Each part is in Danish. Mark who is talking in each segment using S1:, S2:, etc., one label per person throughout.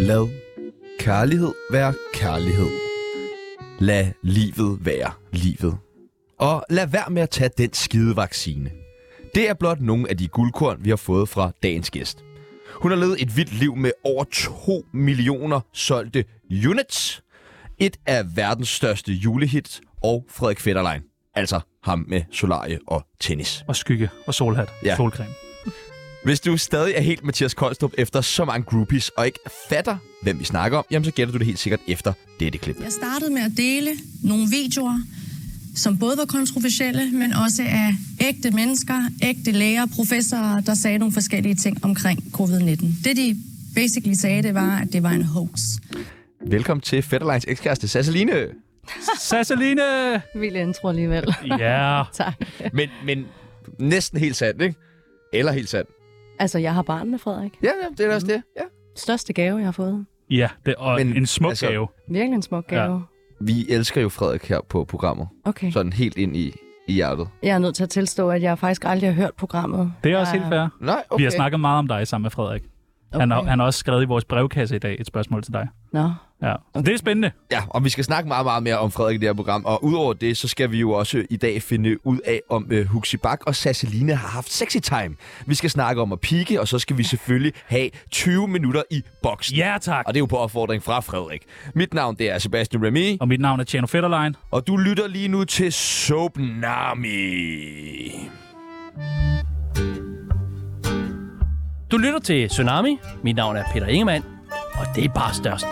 S1: Lad kærlighed være kærlighed. Lad livet være livet. Og lad være med at tage den skide vaccine. Det er blot nogle af de guldkorn, vi har fået fra dagens gæst. Hun har levet et vildt liv med over 2 millioner solgte units, et af verdens største julehits og Frederik Fetterlein. Altså ham med solarie og tennis.
S2: Og skygge og solhat.
S1: Ja.
S2: Ja. Solcreme.
S1: Hvis du stadig er helt Mathias Koldstrup efter så mange groupies og ikke fatter, hvem vi snakker om, jamen så gætter du det helt sikkert efter dette klip.
S3: Jeg startede med at dele nogle videoer, som både var kontroversielle, men også af ægte mennesker, ægte læger, professorer, der sagde nogle forskellige ting omkring covid-19. Det de basically sagde, det var, at det var en hoax.
S1: Velkommen til Fetterleins ekskæreste Sasseline.
S2: Sasseline!
S4: Vild intro alligevel.
S2: Ja.
S4: tak.
S1: Men, men næsten helt sandt, ikke? Eller helt sandt. Mm-hmm.
S4: Altså, jeg har barn med Frederik.
S1: Ja, ja det er da også det. Ja.
S4: Største gave, jeg har fået.
S2: Ja, det, og
S1: Men,
S2: Men, en smuk
S1: altså-
S2: altså... gave.
S4: Virkelig en smuk gave. Ja.
S1: Vi elsker jo Frederik her på programmet.
S4: Okay.
S1: Sådan helt ind i, i hjertet.
S4: Jeg er nødt til at tilstå, at jeg faktisk aldrig har hørt programmet.
S2: Det er også
S4: Ja.
S2: helt fair. Okay.
S1: Nej, okay.
S2: Vi har snakket meget om dig sammen med Frederik. Okay. Han, har, han har også skrevet i vores brevkasse i dag et spørgsmål til dig.
S4: Nå,
S2: Ja. Okay. Det er spændende.
S1: Ja, og vi skal snakke meget, meget mere om Frederik i det her program. Og udover det, så skal vi jo også i dag finde ud af, om øh, Huxi Bak og Sasseline har haft sexy time. Vi skal snakke om at pike, og så skal vi selvfølgelig have 20 minutter i boksen.
S2: Ja, tak.
S1: Og det er jo på opfordring fra Frederik. Mit navn det er Sebastian Remy,
S2: Og mit navn er Tjerno Fetterlein.
S1: og du lytter lige nu til Sobnami.
S5: Du lytter til Tsunami. Mit navn er Peter Ingemann, og det er bare størst.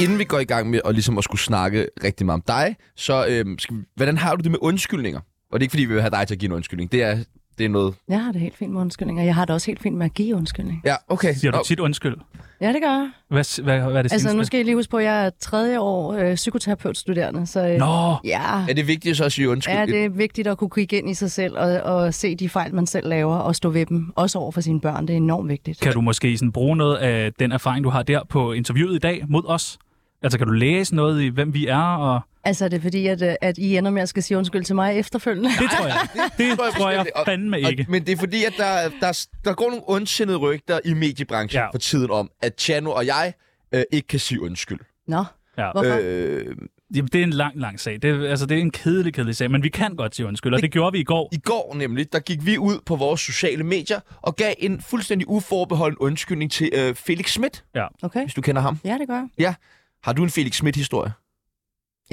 S1: Inden vi går i gang med at, ligesom at skulle snakke rigtig meget om dig, så øhm, skal vi, hvordan har du det med undskyldninger? Og det er ikke fordi, vi vil have dig til at give en undskyldning. Det er, det er noget...
S4: jeg har det helt fint med undskyldninger. Jeg har det også helt fint med at give undskyldning.
S1: Ja, okay.
S2: Siger
S1: Nå,
S2: du tit undskyld?
S4: Ja, det gør jeg.
S2: Hvad, s- hvad, hvad er det
S4: Altså,
S2: seneste?
S4: nu skal jeg lige huske på, at jeg er tredje år øh, psykoterapeutstuderende, så øh,
S2: Nå,
S4: ja,
S1: er det vigtigt så at sige undskyld?
S4: er det vigtigt at kunne kigge ind i sig selv og, og se de fejl, man selv laver, og stå ved dem, også over for sine børn. Det er enormt vigtigt.
S2: kan du måske sådan bruge noget af den erfaring, du har der på interviewet i dag mod os? Altså, kan du læse noget i, hvem vi er? Og...
S4: Altså, er det fordi, at, øh, at I ender med at skal sige undskyld til mig efterfølgende?
S2: Det tror jeg. Det
S1: tror jeg
S2: tror jeg
S1: bestemt, og-
S2: fandme ikke.
S1: Og, men det er fordi, at der, der, der går nogle ondsindede rygter i mediebranchen ja.
S2: Ja.
S1: for tiden om, at Chano og jeg øh, ikke kan sige undskyld.
S4: Nå,
S2: Ja.
S4: hvorfor?
S1: Øh,
S2: Jamen, det er en lang, lang sag. Det, er- altså, det er en kedelig, kedelig sag, men vi kan godt sige undskyld, og det gjorde vi i går.
S1: I går nemlig, der gik vi ud på vores sociale medier og gav en fuldstændig uforbeholden undskyldning til øh, Felix Schmidt,
S4: Okay.
S1: hvis du kender ham.
S4: Ja, det gør jeg.
S1: Har du en Felix Schmidt-historie?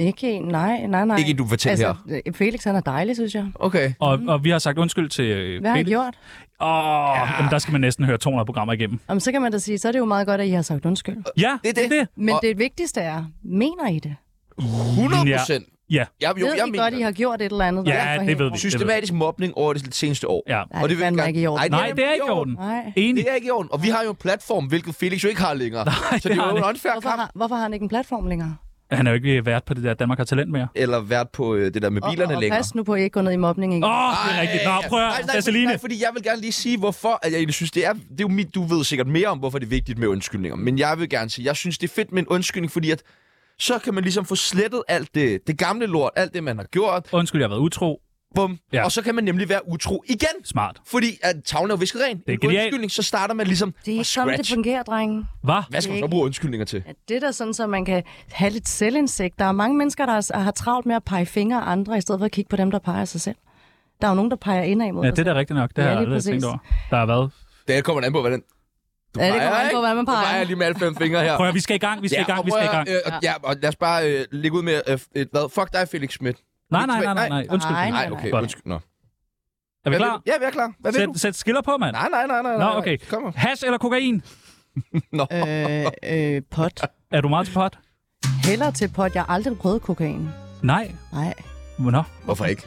S4: Ikke en, nej, nej, nej.
S1: Ikke en, du fortæller
S4: altså,
S1: her.
S4: øh, Felix, han er dejlig, synes jeg.
S1: Okay.
S2: Og, og vi har sagt undskyld til øh,
S4: Mhm. Hvad har I
S2: Felix.
S4: gjort?
S2: Åh, ja. jamen, der skal man næsten høre 200 programmer igennem.
S4: Jamen, så kan man da sige, så er det jo meget godt, at I har sagt undskyld.
S2: Ja,
S1: Det er det.
S2: det.
S4: Men
S1: Og-
S4: og... det vigtigste er, mener I det?
S1: 100 procent.
S2: Ja.
S1: Jeg, jo,
S4: Ved
S1: jeg
S4: I
S1: mener
S4: godt, I har gjort et eller andet? der
S2: Ja, det
S4: forhindrer
S2: ved vi.
S1: systematisk mobning over det seneste år.
S2: Ja.
S4: Nej, det er fandme
S1: jeg
S4: ikke i orden.
S2: Nej, det er ikke i orden.
S4: Nej.
S2: Enig.
S1: Det er ikke i orden. Og vi har jo en platform, hvilket Felix jo ikke har længere. Nej, så det,
S2: det
S1: er
S2: har
S1: jo
S2: han
S1: en
S2: ikke.
S1: unfair
S4: Hvorfor
S1: kamp.
S4: har, hvorfor har han ikke en platform længere?
S2: Han er jo ikke vært på det der Danmark har talent mere.
S1: Eller været på øh, det der med bilerne
S4: og, og
S1: længere.
S4: pas nu på, at I ikke går ned i mobning igen.
S2: Åh, oh, det er rigtigt. Nå, prøv at
S1: Nej, nej, fordi,
S2: Sasseline.
S1: nej, fordi jeg vil gerne lige sige, hvorfor at jeg egentlig synes, det er, det er jo mit, du ved sikkert mere om, hvorfor det er vigtigt med undskyldninger. Men jeg vil gerne sige, jeg synes, det er fedt med en undskyldning, fordi at så kan man ligesom få slettet alt det, det gamle lort, alt det, man har gjort,
S2: Undskyld, jeg har været utro.
S1: bum, ja.
S2: Ja.
S1: og så kan man nemlig være utro igen.
S2: Smart.
S1: Fordi at tavlen er jo visket ren.
S2: er
S1: En
S2: genialt.
S1: undskyldning, så starter man ligesom
S4: Det
S1: fra
S4: er ikke sådan, det
S1: scratch.
S4: fungerer, drenge.
S2: Hvad?
S1: Hvad skal man
S4: Det er
S1: så
S4: ikke-
S1: bruge undskyldninger til?
S4: Ja, det er da sådan, så man kan have lidt selvindsigt. Der er mange mennesker, der har, har travlt med at pege fingre af andre, i stedet for at kigge på dem, der peger sig selv. Der er jo nogen, der peger indad mod
S2: Ja,
S4: os.
S2: det er da rigtigt nok. Det
S4: Ja,
S2: har jeg
S4: lige
S2: aldrig
S4: præcis.
S2: tænkt over. Der har været.
S1: Det kommer an på, hvordan... Du
S4: Ja, det kommer an
S1: ikke?
S4: på, hvordan man
S1: Du
S4: peger.
S1: peger lige med alle fem fingre her.
S2: Prøv at, vi skal i gang, vi skal i gang,
S1: og
S2: vi skal i
S1: prøv
S2: gang.
S1: at- Øh, og- ja, og lad os bare øh, lægge ud med, øh, et, hvad? Fuck dig, Felix Schmidt.
S2: Nej, nej, nej, nej, nej. Undskyld.
S4: Nej,
S1: Nej, okay.
S2: Godt.
S1: Undskyld. Nå.
S2: Er vi
S1: Hvad
S2: klar?
S1: vil- Ja, vi er klar. Hvad vil du?
S2: Sæt, sæt skiller på, mand.
S1: Nej, nej, nej, nej.
S2: Nå,
S1: nej.
S2: okay.
S1: Kom her.
S2: Hash eller kokain?
S4: Øh, øh, pot.
S2: Er du meget til pot?
S4: Heller til pot. Jeg har aldrig prøvet kokain.
S2: Nej.
S4: Nej.
S2: Nå.
S1: Hvorfor ikke?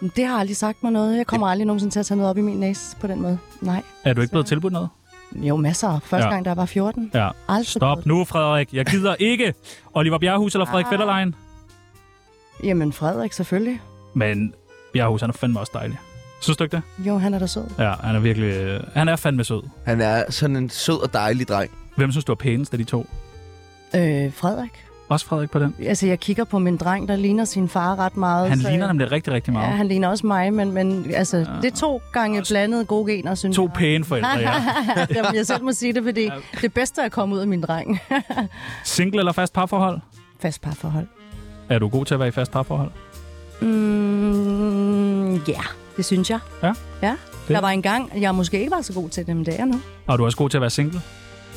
S4: Men Det har aldrig sagt mig noget. Jeg kommer aldrig nogensinde til at tage noget op i min næse på den måde. Nej.
S2: Er du ikke blevet tilbudt noget?
S4: Jo, masser. Første
S2: Ja.
S4: ja. gang, der var 14.
S2: Ja.
S4: Aldrig
S2: Stop
S4: prøvet.
S2: nu, Frederik. Jeg gider ikke. Oliver Bjerrehus eller Frederik
S4: Ah.
S2: Fetterlein?
S4: Jamen, Frederik selvfølgelig.
S2: Men Bjerrehus, han er fandme også dejlig. Synes du ikke det?
S4: Jo, han er da sød.
S2: Ja, han er virkelig... øh, Han er fandme sød.
S1: Han er sådan en sød og dejlig dreng.
S2: Hvem synes du er pænest af de to?
S4: Øh, Frederik.
S2: også Frederik på den?
S4: Altså, jeg kigger på min dreng, der ligner sin far ret meget.
S2: Han
S4: så-
S2: ligner nemlig rigtig, rigtig meget.
S4: Ja, han ligner også mig, men, men altså, det er to gange blandede gode gener, synes
S2: To
S4: jeg.
S2: pæne forældre, ja.
S4: Jamen, jeg selv må sige det, fordi det bedste er kommet ud af min dreng.
S2: Single eller fast parforhold?
S4: Fast parforhold.
S2: Er du god til at være i fast parforhold?
S4: Mm, ja, det synes jeg.
S2: Ja.
S4: ja.
S2: Det-
S4: Der var en gang, jeg måske ikke var så god til dem der nu.
S2: Og er du også god til at være single?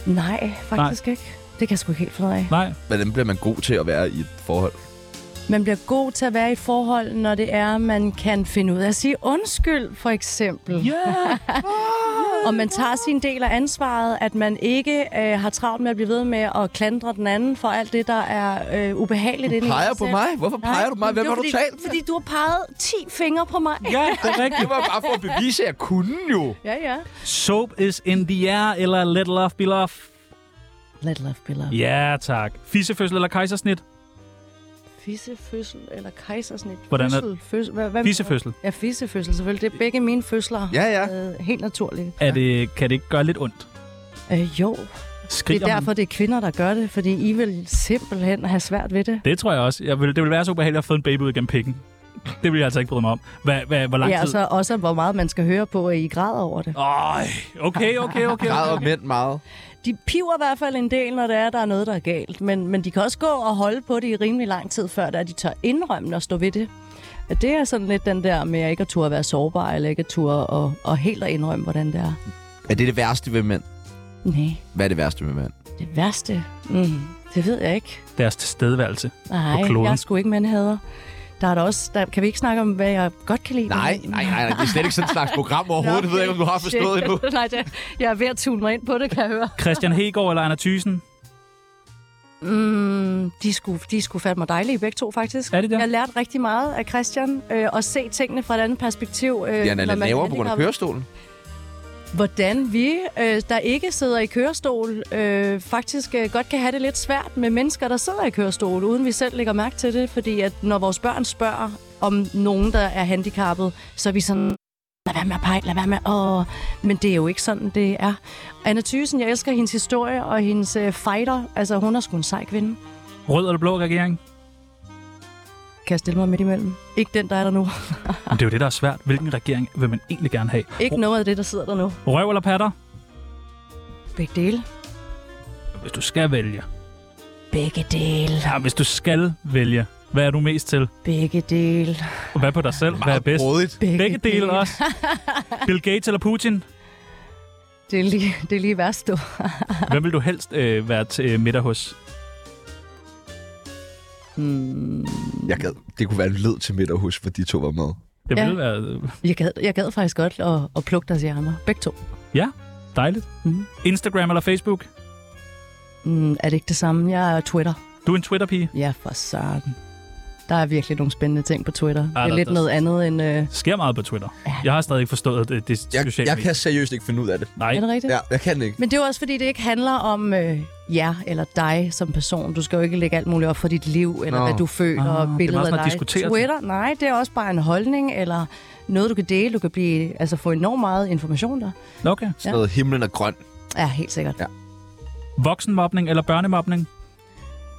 S4: Nej, faktisk Nej. ikke. Det kan jeg sgu ikke helt finde ud af.
S2: Nej.
S6: Hvordan bliver man god til at være i et forhold?
S4: Man bliver god til at være i et forhold, når det er, man kan finde ud af at sige undskyld, for eksempel.
S2: Yeah!
S4: Og man tager sin del af ansvaret, at man ikke øh, har travlt med at blive ved med at klandre den anden for alt det, der er øh, ubehageligt inde i
S6: Peger
S4: en
S6: på
S4: selv.
S6: mig? Hvorfor peger du på mig?
S4: men
S6: Hvem har
S4: det var
S6: du
S4: fordi,
S6: talt med?
S4: Fordi du har peget 10 fingre på mig.
S2: Ja, det er rigtigt.
S6: Det var bare for at bevise, at jeg kunne jo.
S4: Ja, ja.
S2: Soap is in the air, eller Let Love Be Love.
S4: Let love be love.
S2: Ja, tak. Fissefødsel eller kejsersnit?
S4: Fissefødsel eller kejsersnit?
S2: Hvordan er-
S4: Fødsel, fødsel, hvad, hvad
S2: Fissefødsel.
S4: Ja, fissefødsel selvfølgelig. Det er begge mine fødsler.
S6: Ja, ja.
S4: Øh, helt naturligt.
S2: Er det, kan det ikke gøre lidt ondt?
S4: Øh, jo,
S2: Skriger
S4: det er derfor,
S2: man?
S4: det er kvinder, der gør det, fordi I vil simpelthen have svært ved det.
S2: Det tror jeg også. Jeg vil, det vil være så ubehageligt at få en baby ud gennem pikken. Det vil jeg altså ikke bryde mig om. Hva, hva, hvor lang
S4: Ja, og
S2: tid?
S4: så altså også, hvor meget man skal høre på, at I græder over det.
S2: Ej, okay, okay, okay.
S6: Græder mænd meget.
S4: De piver i hvert fald en del, når det er, der er noget, der er galt. Men, men de kan også gå og holde på det i rimelig lang tid, før der de tør indrømme og stå ved det. Og Det er sådan lidt den der med at ikke at turde at være sårbar, eller ikke at turde og, og helt at indrømme, hvordan det er.
S6: Er det det værste ved mænd?
S4: Nej,
S6: Hvad er det værste ved mænd?
S4: det værste, mm, det ved jeg ikke.
S2: Deres tilstedeværelse.
S4: Nej,
S2: kloden.
S4: jeg er sgu ikke mandhader. Der er der også, der, kan vi ikke snakke om, hvad jeg godt kan lide? ved
S6: Nej,
S4: mænd?
S6: nej, nej, nej. Det er slet ikke sådan et slags program overhovedet. Det ved jeg ikke, om du har forstået endnu.
S4: Nej, det, jeg er ved at tune mig ind på det, kan jeg høre.
S2: Christian Hegård eller Anna Thysen?
S4: Mm, de, skulle, de skulle fandme dejlige begge to, faktisk.
S2: Er de det?
S4: Jeg lærte rigtig meget af Christian, øh, og se tingene fra et andet perspektiv. Øh,
S6: Jan er
S4: når
S6: lidt
S4: man
S6: lavere på grund af
S4: handicap-
S6: kørestolen.
S4: Hvordan vi, øh, der ikke sidder i kørestol, øh, faktisk øh, godt kan have det lidt svært med mennesker, der sidder i kørestol, uden vi selv lægger mærke til det. Fordi at når vores børn spørger om nogen, der er handicappet, så er vi sådan, lad være med at pege, lad være med at... Men det er jo ikke sådan, det er. Anna Thysen, jeg elsker hendes historie og hendes øh, fighter. Altså, hun er sgu en sej kvinde.
S2: Rød eller blå regering?
S4: Kan jeg stille mig midt imellem? Ikke den, der er der nu.
S2: Men det er jo det, der er svært. Hvilken regering vil man egentlig gerne have?
S4: Ikke noget af det, der sidder der nu.
S2: Røv eller patter?
S4: Begge dele.
S2: Hvis du skal vælge.
S4: Begge dele.
S2: Ja, hvis du skal vælge. Hvad er du mest til?
S4: Begge dele.
S2: Og hvad på dig selv? Hvad er bedst?
S6: Rådigt.
S2: Begge dele også. Bill Gates eller Putin?
S4: Det er lige, det er lige værst, du.
S2: Hvem vil du helst øh, være til øh, middag hos?
S4: Hmm.
S6: Jeg gad. Det kunne være en lød til middag hos, for de to var med.
S2: Det
S4: Ja.
S2: ville være øh,
S4: Jeg, gad, jeg gad faktisk godt at, at plukke deres hjerner. Begge to.
S2: dejligt.
S4: Mhm.
S2: Instagram eller Facebook?
S4: Mm, er det ikke det samme? Jeg er Twitter.
S2: Du er en Twitter-pige.
S4: Ja, for søren. Der er virkelig nogle spændende ting på Twitter. det er
S2: Ah, der-
S4: lidt
S2: der-
S4: noget andet end... Øh,
S2: Sker meget på Twitter.
S4: Ja.
S2: Jeg har stadig ikke forstået det, det
S6: Jeg,
S2: sociale
S6: jeg
S2: medie.
S6: kan seriøst ikke finde ud af det.
S2: Nej,
S4: er det rigtigt?
S6: Ja, jeg kan det ikke.
S4: Men det er jo også fordi, det ikke handler om øh, jer eller dig som person. Du skal jo ikke lægge alt muligt op for dit liv, eller
S6: Nå.
S4: Nå. hvad du føler,
S2: Ah,
S4: ah,
S2: det er
S4: og billeder
S2: meget
S4: af
S2: sådan at
S4: dig.
S2: diskutere ting.
S4: Twitter, nej, det er også bare en holdning, eller noget, du kan dele. Du kan blive, altså, få enormt meget information der.
S2: okay.
S6: Sådan noget, himlen er grøn.
S4: Ja, helt sikkert.
S6: Ja.
S2: Voksenmobning eller børnemobning?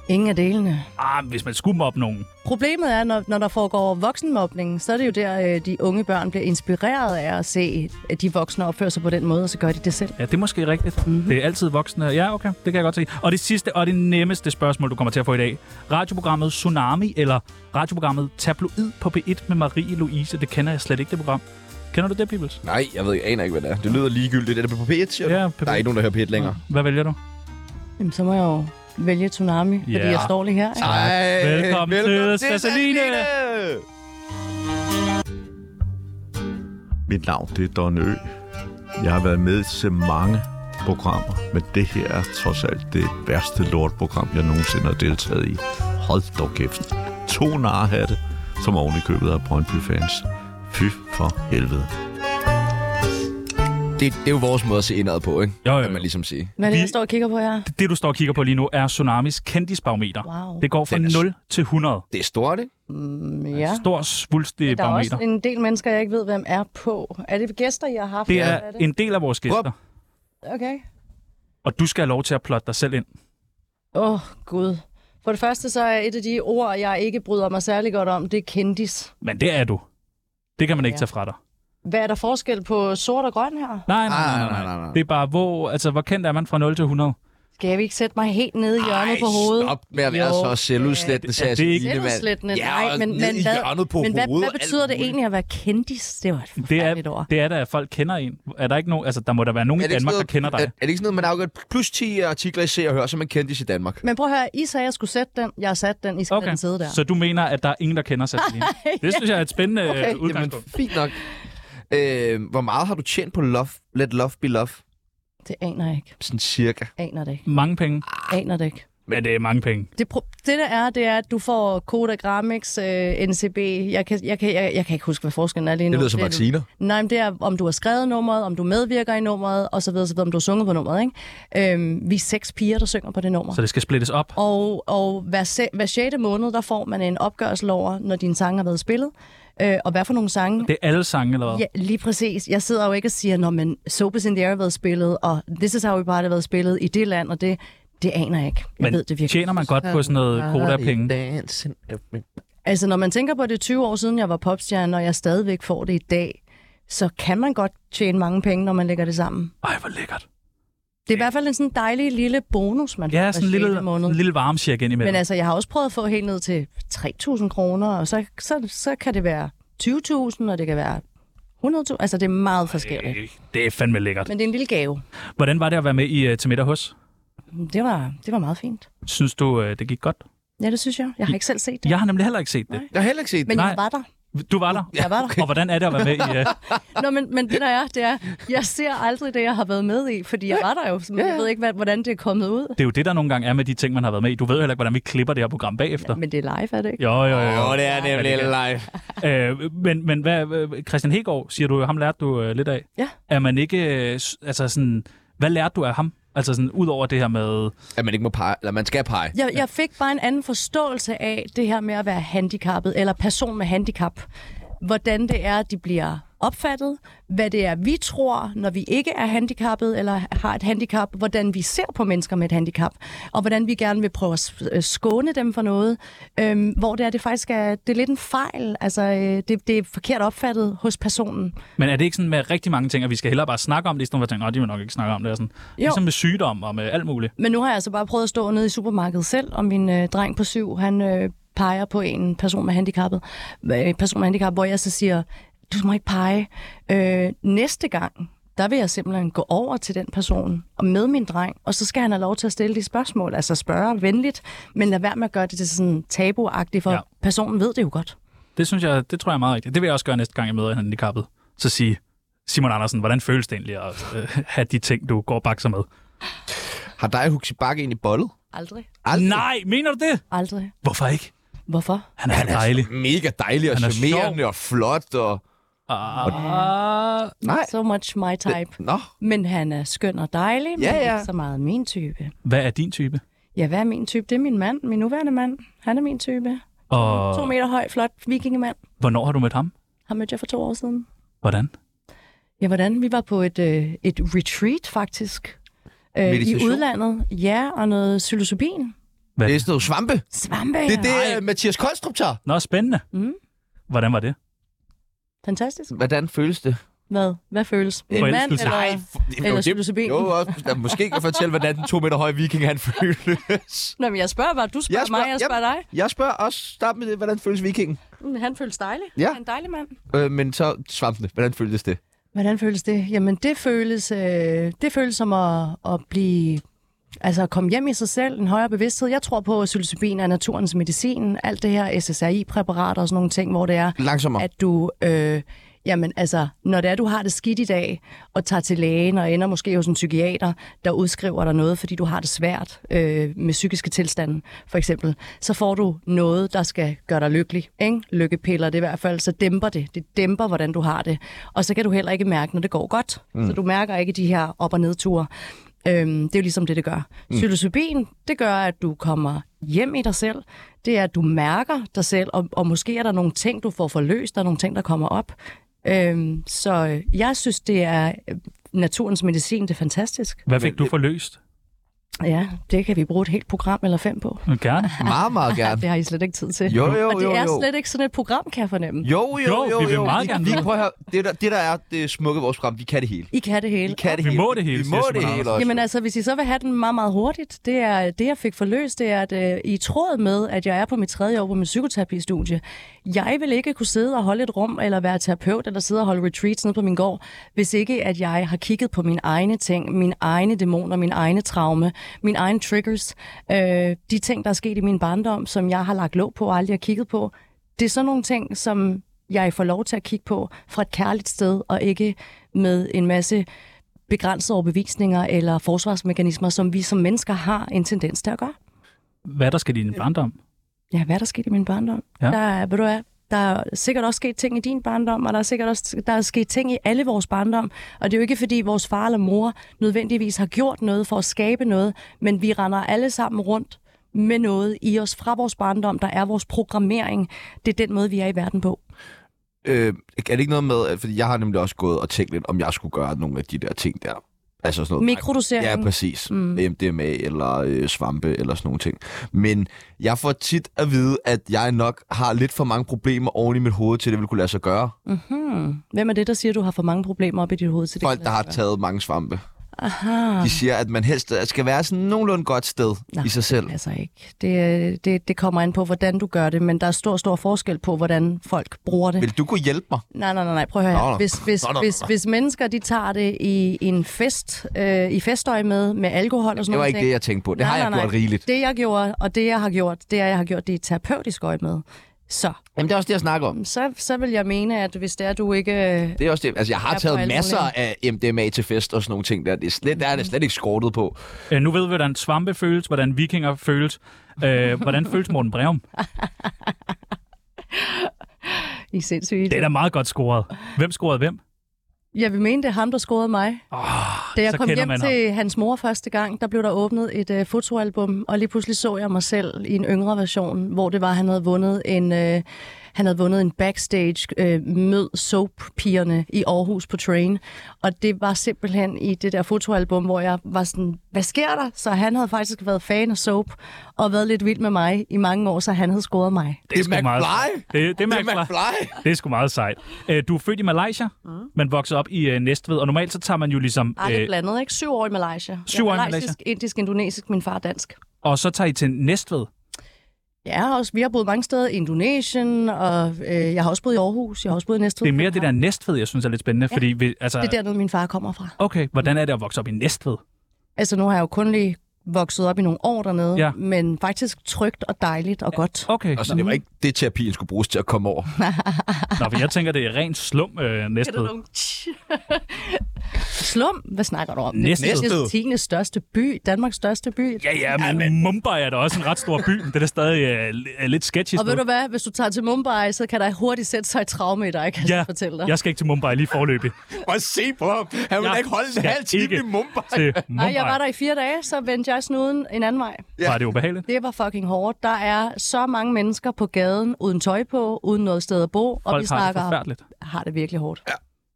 S4: Ingen af delene.
S2: Ah, hvis man skulle mobbe nogen.
S4: Problemet er, når, når der foregår voksenmobning, så er det jo der, øh, de unge børn bliver inspireret af at se, at de voksne opfører sig på den måde, og så gør de det selv.
S2: Ja, det er måske rigtigt.
S4: Mhm.
S2: Mm-hmm. Det er altid voksne. Ja, okay, det kan jeg godt se. Og det sidste og det nemmeste spørgsmål, du kommer til at få i dag. Radioprogrammet Tsunami eller radioprogrammet Tabloid på P1 med Marie-Louise. Det kender jeg slet ikke, det program. Kender du det, Pibels?
S6: Nej, jeg ved ikke, aner ikke, hvad det er. Det lyder ligegyldigt. Er det på P1, siger du?
S2: Ja, P1. Mm.
S6: Der er ikke nogen, der hører P1 længere.
S2: Hvad vælger du?
S4: Jamen, så må jeg jo vælge Tsunami, yeah.
S2: Ja.
S4: fordi jeg står lige her. Ikke?
S6: Ej,
S2: Velkommen til Sasseline.
S7: Mit navn det er Don Ø. Jeg har været med til mange programmer, men det her er trods alt det værste lortprogram, jeg nogensinde har deltaget i. Hold dog kæft. To narhatte, som oven i købet af Brøndby-fans. Fy for helvede.
S6: Det, det er jo vores måde at se indad på, ikke?
S2: Jo, jo,
S6: Kan man
S2: jo.
S6: ligesom sige.
S4: Hvad er det,
S2: Vi-
S4: jeg står og kigger på her?
S2: Det, du står og kigger på lige nu, er Tsunamis kendisbarometer.
S4: Wow.
S2: Det går fra
S6: Den er s-
S2: 0 til 100.
S6: Det er stort, ikke?
S4: Mm,
S2: Ja.
S4: ja.
S2: Stor, svulstig
S4: Der er
S2: barometer.
S4: også en del mennesker, jeg ikke ved, hvem er på. Er det gæster, jeg har haft?
S2: Det
S4: eller
S2: er
S4: hvad det?
S2: en del af vores gæster.
S4: Okay.
S2: Og du skal have lov til at plotte dig selv ind.
S4: Åh, oh, Gud. For det første så er et af de ord, jeg ikke bryder mig særlig godt om, det er kendis.
S2: Men det er du. Det kan man ikke ja.
S4: Ja.
S2: tage fra dig.
S4: Hvad er der forskel på sort og grøn her?
S2: Nej, nej,
S6: Ah,
S2: nej, nej,
S6: nej, nej,
S2: nej.
S6: nej.
S2: Det er bare, hvor, altså, hvor kendt er man fra 0 til 100?
S4: Skal vi ikke sætte mig helt nede i hjørnet på hovedet?
S6: stop med at være så
S4: Jo.
S6: selvudslættende,
S2: Ja,
S6: ja,
S2: det er ikke-
S4: Selvudslættende?
S6: Ja,
S4: Nej,
S6: og
S4: men,
S6: ned
S4: men
S6: i
S4: hvad,
S6: hjørnet på
S4: men hvad,
S6: hovedet,
S4: hvad
S6: alt
S4: betyder det
S6: muligt.
S4: egentlig at være kendis? Det var et
S2: Det er,
S4: forfærdeligt ord.
S2: det er da, at folk kender en. Er der ikke nogen, altså, der må der være nogen i
S6: ikke sådan
S2: Danmark, der kender dig.
S6: Er, er det ikke sådan noget, man afgør plus 10 artikler i Se og Hør, så er man kendis i Danmark?
S4: Men prøv at høre, I sagde, at jeg skulle sætte den. Jeg har sat den. I skal okay. den sidde der.
S2: Så du mener, at der er ingen, der kender Sassalina? Det synes jeg er et spændende okay,
S6: jamen,
S2: udgangspunkt.
S6: fint nok. Øh, hvor meget har du tjent på love? Let love be love?
S4: Det aner jeg ikke.
S6: Sådan cirka.
S4: Aner det ikke.
S2: Mange penge.
S4: Aner det ikke.
S2: Men det er mange penge.
S4: Det, pro- det der er, det er, at du får Koda Gramex, øh, NCB. Jeg kan, jeg, kan, jeg, jeg kan ikke huske, hvad forskellen er lige nu.
S6: Det lyder som
S4: er du-
S6: vacciner.
S4: Nej, men det er, om du har skrevet nummeret, om du medvirker i nummeret, og så videre, så videre, om du har sunget på nummeret. Ikke? Øhm, vi er seks piger, der synger på det nummer.
S2: Så det skal splittes op.
S4: Og, og hver, se, hver 6. måned, der får man en opgørelse over, når dine sange har været spillet, øh, og hvad for nogle sange.
S2: Det er alle sange, eller hvad?
S4: Ja, lige præcis. Jeg sidder jo ikke og siger, når man Soap is in the Air har været spillet, og This is how we party har været spillet i det land, og det, det aner jeg ikke. Jeg
S2: Men
S4: ved det virkelig.
S2: tjener man godt på sådan noget koda-penge?
S4: Altså, når man tænker på at det er 20 år siden, jeg var popstjerne, og jeg stadigvæk får det i dag, så kan man godt tjene mange penge, når man lægger det sammen.
S2: Ej, hvor lækkert.
S4: Det er i hvert fald en sådan dejlig lille bonus, man
S2: Ja,
S4: hver
S2: sådan en
S4: sjette
S2: lille,
S4: måned.
S2: en lille varmesjek ind imellem.
S4: Men altså, jeg har også prøvet at få helt ned til 3.000 kroner, og så, så, så kan det være 20.000, og det kan være 100.000. Altså, det er meget forskelligt.
S2: Ej, Det er fandme lækkert.
S4: Men det er en lille gave.
S2: Hvordan var det at være med i uh, Til middag hos?
S4: Det var, det var meget fint.
S2: Synes du, uh, det gik godt?
S4: Ja, det synes jeg. Jeg har ikke selv set det.
S2: Jeg har nemlig heller ikke set det.
S6: Jeg har heller ikke set det.
S4: Men
S2: Nej.
S4: jeg var der.
S2: Du var der?
S4: Jeg var der.
S2: Og hvordan er det at være med i... Uh...
S4: Nå, men, men det der er, det er, jeg ser aldrig det, jeg har været med i, fordi jeg var der jo. Så jeg ved ikke, hvad- hvordan det er kommet ud.
S2: Det er jo det, der nogle gange er med de ting, man har været med i. Du ved jo heller ikke, hvordan vi klipper det her program bagefter.
S4: Men det er live, er det ikke?
S2: Jo, jo, jo. jo.
S6: Åh, det er nemlig live.
S2: Øh, men men hvad, øh, Christian Hegård, siger du, ham lærte du øh, lidt af.
S4: Ja.
S2: Er man ikke... Øh, s- altså sådan, hvad lærte du af ham? Altså sådan, ud over det her med...
S6: At man ikke må pege, eller man skal pege.
S4: Jeg, jeg fik bare en anden forståelse af det her med at være handicappet, eller person med handicap. Hvordan det er, de bliver opfattet, hvad det er, vi tror, når vi ikke er handicappet eller har et handicap, hvordan vi ser på mennesker med et handicap, og hvordan vi gerne vil prøve at s- øh, skåne dem for noget, øhm, hvor det er, det faktisk er, det er lidt en fejl, altså øh, det, det er forkert opfattet hos personen.
S2: Men er det ikke sådan med rigtig mange ting, at vi skal hellere bare snakke om det, i stedet for at tænke, at de vil nok ikke snakke om det? Og sådan. Ligesom med sygdom og med alt muligt.
S4: Men nu har jeg altså bare prøvet at stå nede i supermarkedet selv, og min øh, dreng på syv, han øh, peger på en person med handicappet, øh, person med handicap, hvor jeg så siger, du må ikke pege. Øh, næste gang, der vil jeg simpelthen gå over til den person og med min dreng, og så skal han have lov til at stille de spørgsmål, altså spørge venligt, men lad være med at gøre det til sådan tabuagtigt, for
S2: Ja.
S4: ja. personen ved det jo godt.
S2: Det synes jeg, det tror jeg er meget rigtigt. Det vil jeg også gøre næste gang, jeg møder en handicappet. Så sige, Simon Andersen, hvordan føles det egentlig at øh, have de ting, du går og bakser med?
S6: Har dig og Huxi Bakke egentlig bollet? Altså,
S4: Aldrig.
S6: Aldrig.
S2: Nej, mener du det?
S4: Aldrig.
S2: Hvorfor ikke?
S4: Hvorfor?
S2: Han er, han er dejlig.
S6: Mega dejlig og
S2: Han er
S6: charmerende og flot og...
S2: Ah,
S6: Nej.
S4: So much my type.
S6: Nå,
S4: Men han er skøn og dejlig, men
S6: Ja, ja.
S4: ikke så meget min type.
S2: hvad er din type?
S4: Ja, hvad er min type? Det er min mand, min nuværende mand. Han er min type.
S2: Og
S4: To meter høj, flot vikingemand.
S2: hvornår har du mødt ham?
S4: Ham mødte jeg for to år siden.
S2: Hvordan?
S4: Ja, hvordan? Vi var på et, øh, et retreat, faktisk. Øh, I
S6: Meditation?
S4: udlandet. Ja, og noget psilocybin.
S2: Hvad?
S6: det er sådan noget svampe.
S4: Svampe.
S6: Det er det, øh, Mathias Koldstrup tager.
S2: Nå, spændende.
S4: Mm.
S2: Hvordan var det?
S6: øh-
S4: Fantastisk.
S6: Hvordan føles det?
S4: Hvad? Hvad føles? En mand
S2: Forelskelse.
S4: eller...
S6: Nej, f-
S4: eller
S6: jo, det,
S4: psilocybin.
S6: jo, også, der måske kan fortælle, hvordan den to meter høje viking, han føles.
S4: Nå, men jeg spørger bare. Du spørger,
S6: Jeg spørger-
S4: mig, jeg spørger dig.
S6: Jeg spørger også, start med det, hvordan føles vikingen?
S4: Mm, Han føles dejlig.
S6: Ja.
S4: Han er en dejlig mand.
S6: Øh, men så svampene, hvordan føltes det?
S4: Hvordan føles det? Jamen, det føles, øh, det føles som at, at blive... Altså at komme hjem i sig selv, en højere bevidsthed. Jeg tror på, at psilocybin er naturens medicin. Alt det her SSRI-præparater og sådan nogle ting, hvor det er,
S6: Langsommere.
S4: at du... Øh, jamen altså, når det er, du har det skidt i dag, og tager til lægen og ender måske hos en psykiater, der udskriver dig noget, fordi du har det svært øh, med psykiske tilstande, for eksempel, så får du noget, der skal gøre dig lykkelig. Ikke? Lykkepiller, det er i hvert fald, så dæmper det. Det dæmper, hvordan du har det. Og så kan du heller ikke mærke, når det går godt. Mm. Så du mærker ikke de her op- og nedture. Øhm, det er jo ligesom det, det gør.
S6: Mm.
S4: Psilocybin, det gør, at du kommer hjem i dig selv. Det er, at du mærker dig selv, og, og måske er der nogle ting, du får forløst, der er nogle ting, der kommer op. Øhm, så øh, jeg synes, det er øh, naturens medicin, det er fantastisk.
S2: Hvad fik du forløst?
S4: Ja, det kan vi bruge et helt program eller fem på.
S2: Vil du Gerne.
S6: Meget, meget gerne.
S4: Det har I slet ikke tid til.
S6: Jo, jo,
S4: Og det
S6: jo,
S4: er
S6: jo.
S4: slet ikke sådan et program, kan jeg fornemme.
S6: Jo, jo,
S2: Jo,
S6: jo,
S2: vi vil
S6: jo.
S2: meget gerne
S6: vi,
S2: vide.
S6: prøv at høre, det der, det der er det smukke ved vores program, vi kan det hele.
S4: I kan det hele.
S6: Vi kan det
S2: Vi
S6: hele.
S2: må det hele,
S6: Vi
S2: siger
S6: må det hele
S2: Simon Andersen.
S6: også.
S4: Jamen altså, hvis I så vil have den meget, meget hurtigt, det er det, jeg fik forløst, det er, at øh, I er i tråd med, at jeg er på mit tredje år på min psykoterapistudie. Jeg vil ikke kunne sidde og holde et rum, eller være terapeut, eller sidde og holde retreats nede på min gård, hvis ikke at jeg har kigget på mine egne ting, mine egne dæmoner, mine egne traume, mine egne triggers, øh, de ting, der er sket i min barndom, som jeg har lagt låg på og aldrig har kigget på. Det er sådan nogle ting, som jeg får lov til at kigge på fra et kærligt sted, og ikke med en masse begrænsede overbevisninger eller forsvarsmekanismer, som vi som mennesker har en tendens til at gøre.
S2: Hvad der skal i din barndom?
S4: Ja, hvad er der sket i min barndom?
S2: Ja.
S4: Ja. Der, er- ved du hvad, der er sikkert også sket ting i din barndom, og der er sikkert også der er sket ting i alle vores barndom. Og det er jo ikke, fordi vores far eller mor nødvendigvis har gjort noget for at skabe noget, men vi render alle sammen rundt med noget i os fra vores barndom, der er vores programmering. Det er den måde, vi er i verden på.
S6: øh, er det ikke noget med, at- fordi jeg har nemlig også gået og tænkt lidt, om jeg skulle gøre nogle af de der ting der. Altså sådan noget.
S4: Mikrodosering.
S6: Ja, præcis. Mm. MDMA eller øh, svampe eller sådan nogle ting. Men jeg får tit at vide, at jeg nok har lidt for mange problemer oven i mit hoved til, at det vil kunne lade sig gøre.
S4: Hmm. Hvem er det, der siger, at du har for mange problemer op i dit hoved? Til det
S6: Folk,
S4: kan
S6: der har
S4: lade sig
S6: taget mange svampe.
S4: gøre? Aha.
S6: De siger, at man helst skal være sådan nogenlunde godt sted
S4: Nej,
S6: i sig selv.
S4: Altså ikke. Det, det, det kommer an på, hvordan du gør det, men der er stor, stor forskel på, hvordan folk bruger det.
S6: Vil du kunne hjælpe mig?
S4: Nej, nej, nej, nej. prøv at høre
S6: Nå,
S4: her.
S6: nå.
S4: Hvis, hvis,
S6: Nå, nå, nå,
S4: hvis,
S6: nå.
S4: hvis mennesker, de tager det i en fest, øh, i festøje med, med alkohol og
S6: Det
S4: sådan
S6: var
S4: noget.
S6: ikke det, jeg tænkte på. Det har jeg gjort rigeligt.
S4: Det, jeg gjorde, og det, jeg har gjort, det er, jeg har gjort det i terapeutisk øje med. Så,
S6: Jamen, det er også det, jeg snakker om.
S4: så, så vil jeg mene, at hvis det er, du ikke... øh,
S6: Det er også det. Altså, jeg har
S4: Jeg er på
S6: taget
S4: alle
S6: masser
S4: mulige.
S6: af MDMA til fest og sådan nogle ting der. Det er slet, der er det slet ikke skortet på.
S2: Øh, nu ved vi, hvordan svampe føles, hvordan vikinger føles. Øh, hvordan føles Morten Breum?
S4: I er sindssyge.
S2: Det er da meget godt scoret. Hvem scorede hvem?
S4: Jeg vil mene, det er ham, der scorede mig. Oh, da jeg
S2: Ah, så
S4: kom
S2: kender
S4: hjem
S2: man
S4: til hans mor første gang, der blev der åbnet et øh, fotoalbum, og lige pludselig så jeg mig selv i en yngre version, hvor det var, at han havde vundet en... Øh, han havde vundet en backstage øh, mød soap-pigerne i Aarhus på Train. Og det var simpelthen i det der fotoalbum, hvor jeg var sådan, hvad sker der? Så han havde faktisk været fan af soap og været lidt vild med mig i mange år, så han havde scoret mig.
S6: Det er
S2: sgu meget-
S6: McFly.
S2: Det, det, er
S6: Det
S2: McFly.
S6: er McFly.
S2: Det er sgu meget sejt. Øh, du er født i Malaysia, mm. men vokset op i øh, Næstved, og normalt så tager man jo ligesom...
S4: Ej, Ah, det er blandet, ikke? Syv år i Malaysia.
S2: Syv
S4: Jeg er
S2: år i
S4: malaysisk, indisk, indonesisk, min far er dansk.
S2: og så tager I til Næstved.
S4: Ja, også, vi har boet mange steder i Indonesien, og øh, jeg har også boet i Aarhus, jeg har også boet i Næstved.
S2: Det er mere det der Næstved, jeg synes er lidt spændende, ja. fordi... Vi, altså,
S4: Det er dernede, min far kommer fra.
S2: Okay, hvordan er det at vokse op i Næstved?
S4: Altså, nu har jeg jo kun lige vokset op i nogle år dernede,
S2: Ja.
S4: ja. men faktisk trygt og dejligt og godt.
S2: Okay,
S6: Og så det var ikke det, terapien skulle bruges til at komme over.
S2: Nå, for jeg tænker, det er rent slum øh, Næstved.
S4: Slum? Hvad snakker du om? Det er
S2: Næstved.
S4: Næstved. 10. største by, Danmarks største by.
S2: Ja, ja, men, ja, men... Mumbai er da også en ret stor by, men det er da stadig øh, li- er lidt sketchy.
S4: Og ved
S2: sted.
S4: du hvad, hvis du tager til Mumbai, så kan der hurtigt sætte sig et traume i dig, kan
S2: Ja,
S4: jeg fortælle dig.
S2: jeg skal ikke til Mumbai lige forløbig.
S6: Prøv at se på ham. Han vil
S2: Jeg
S6: da ikke holde en
S2: skal
S6: halv time
S2: ikke
S6: i Mumbai.
S2: Til Mumbai.
S4: Nej, jeg var der i fire dage, så vendte jeg snuden en anden vej.
S2: Var det ubehageligt?
S4: Det var fucking hårdt. Der er så mange mennesker på gaden, uden tøj på, uden noget sted at bo, og
S2: Folk
S4: vi
S2: har det
S4: snakker
S2: forfærdeligt.
S4: har det virkelig hårdt.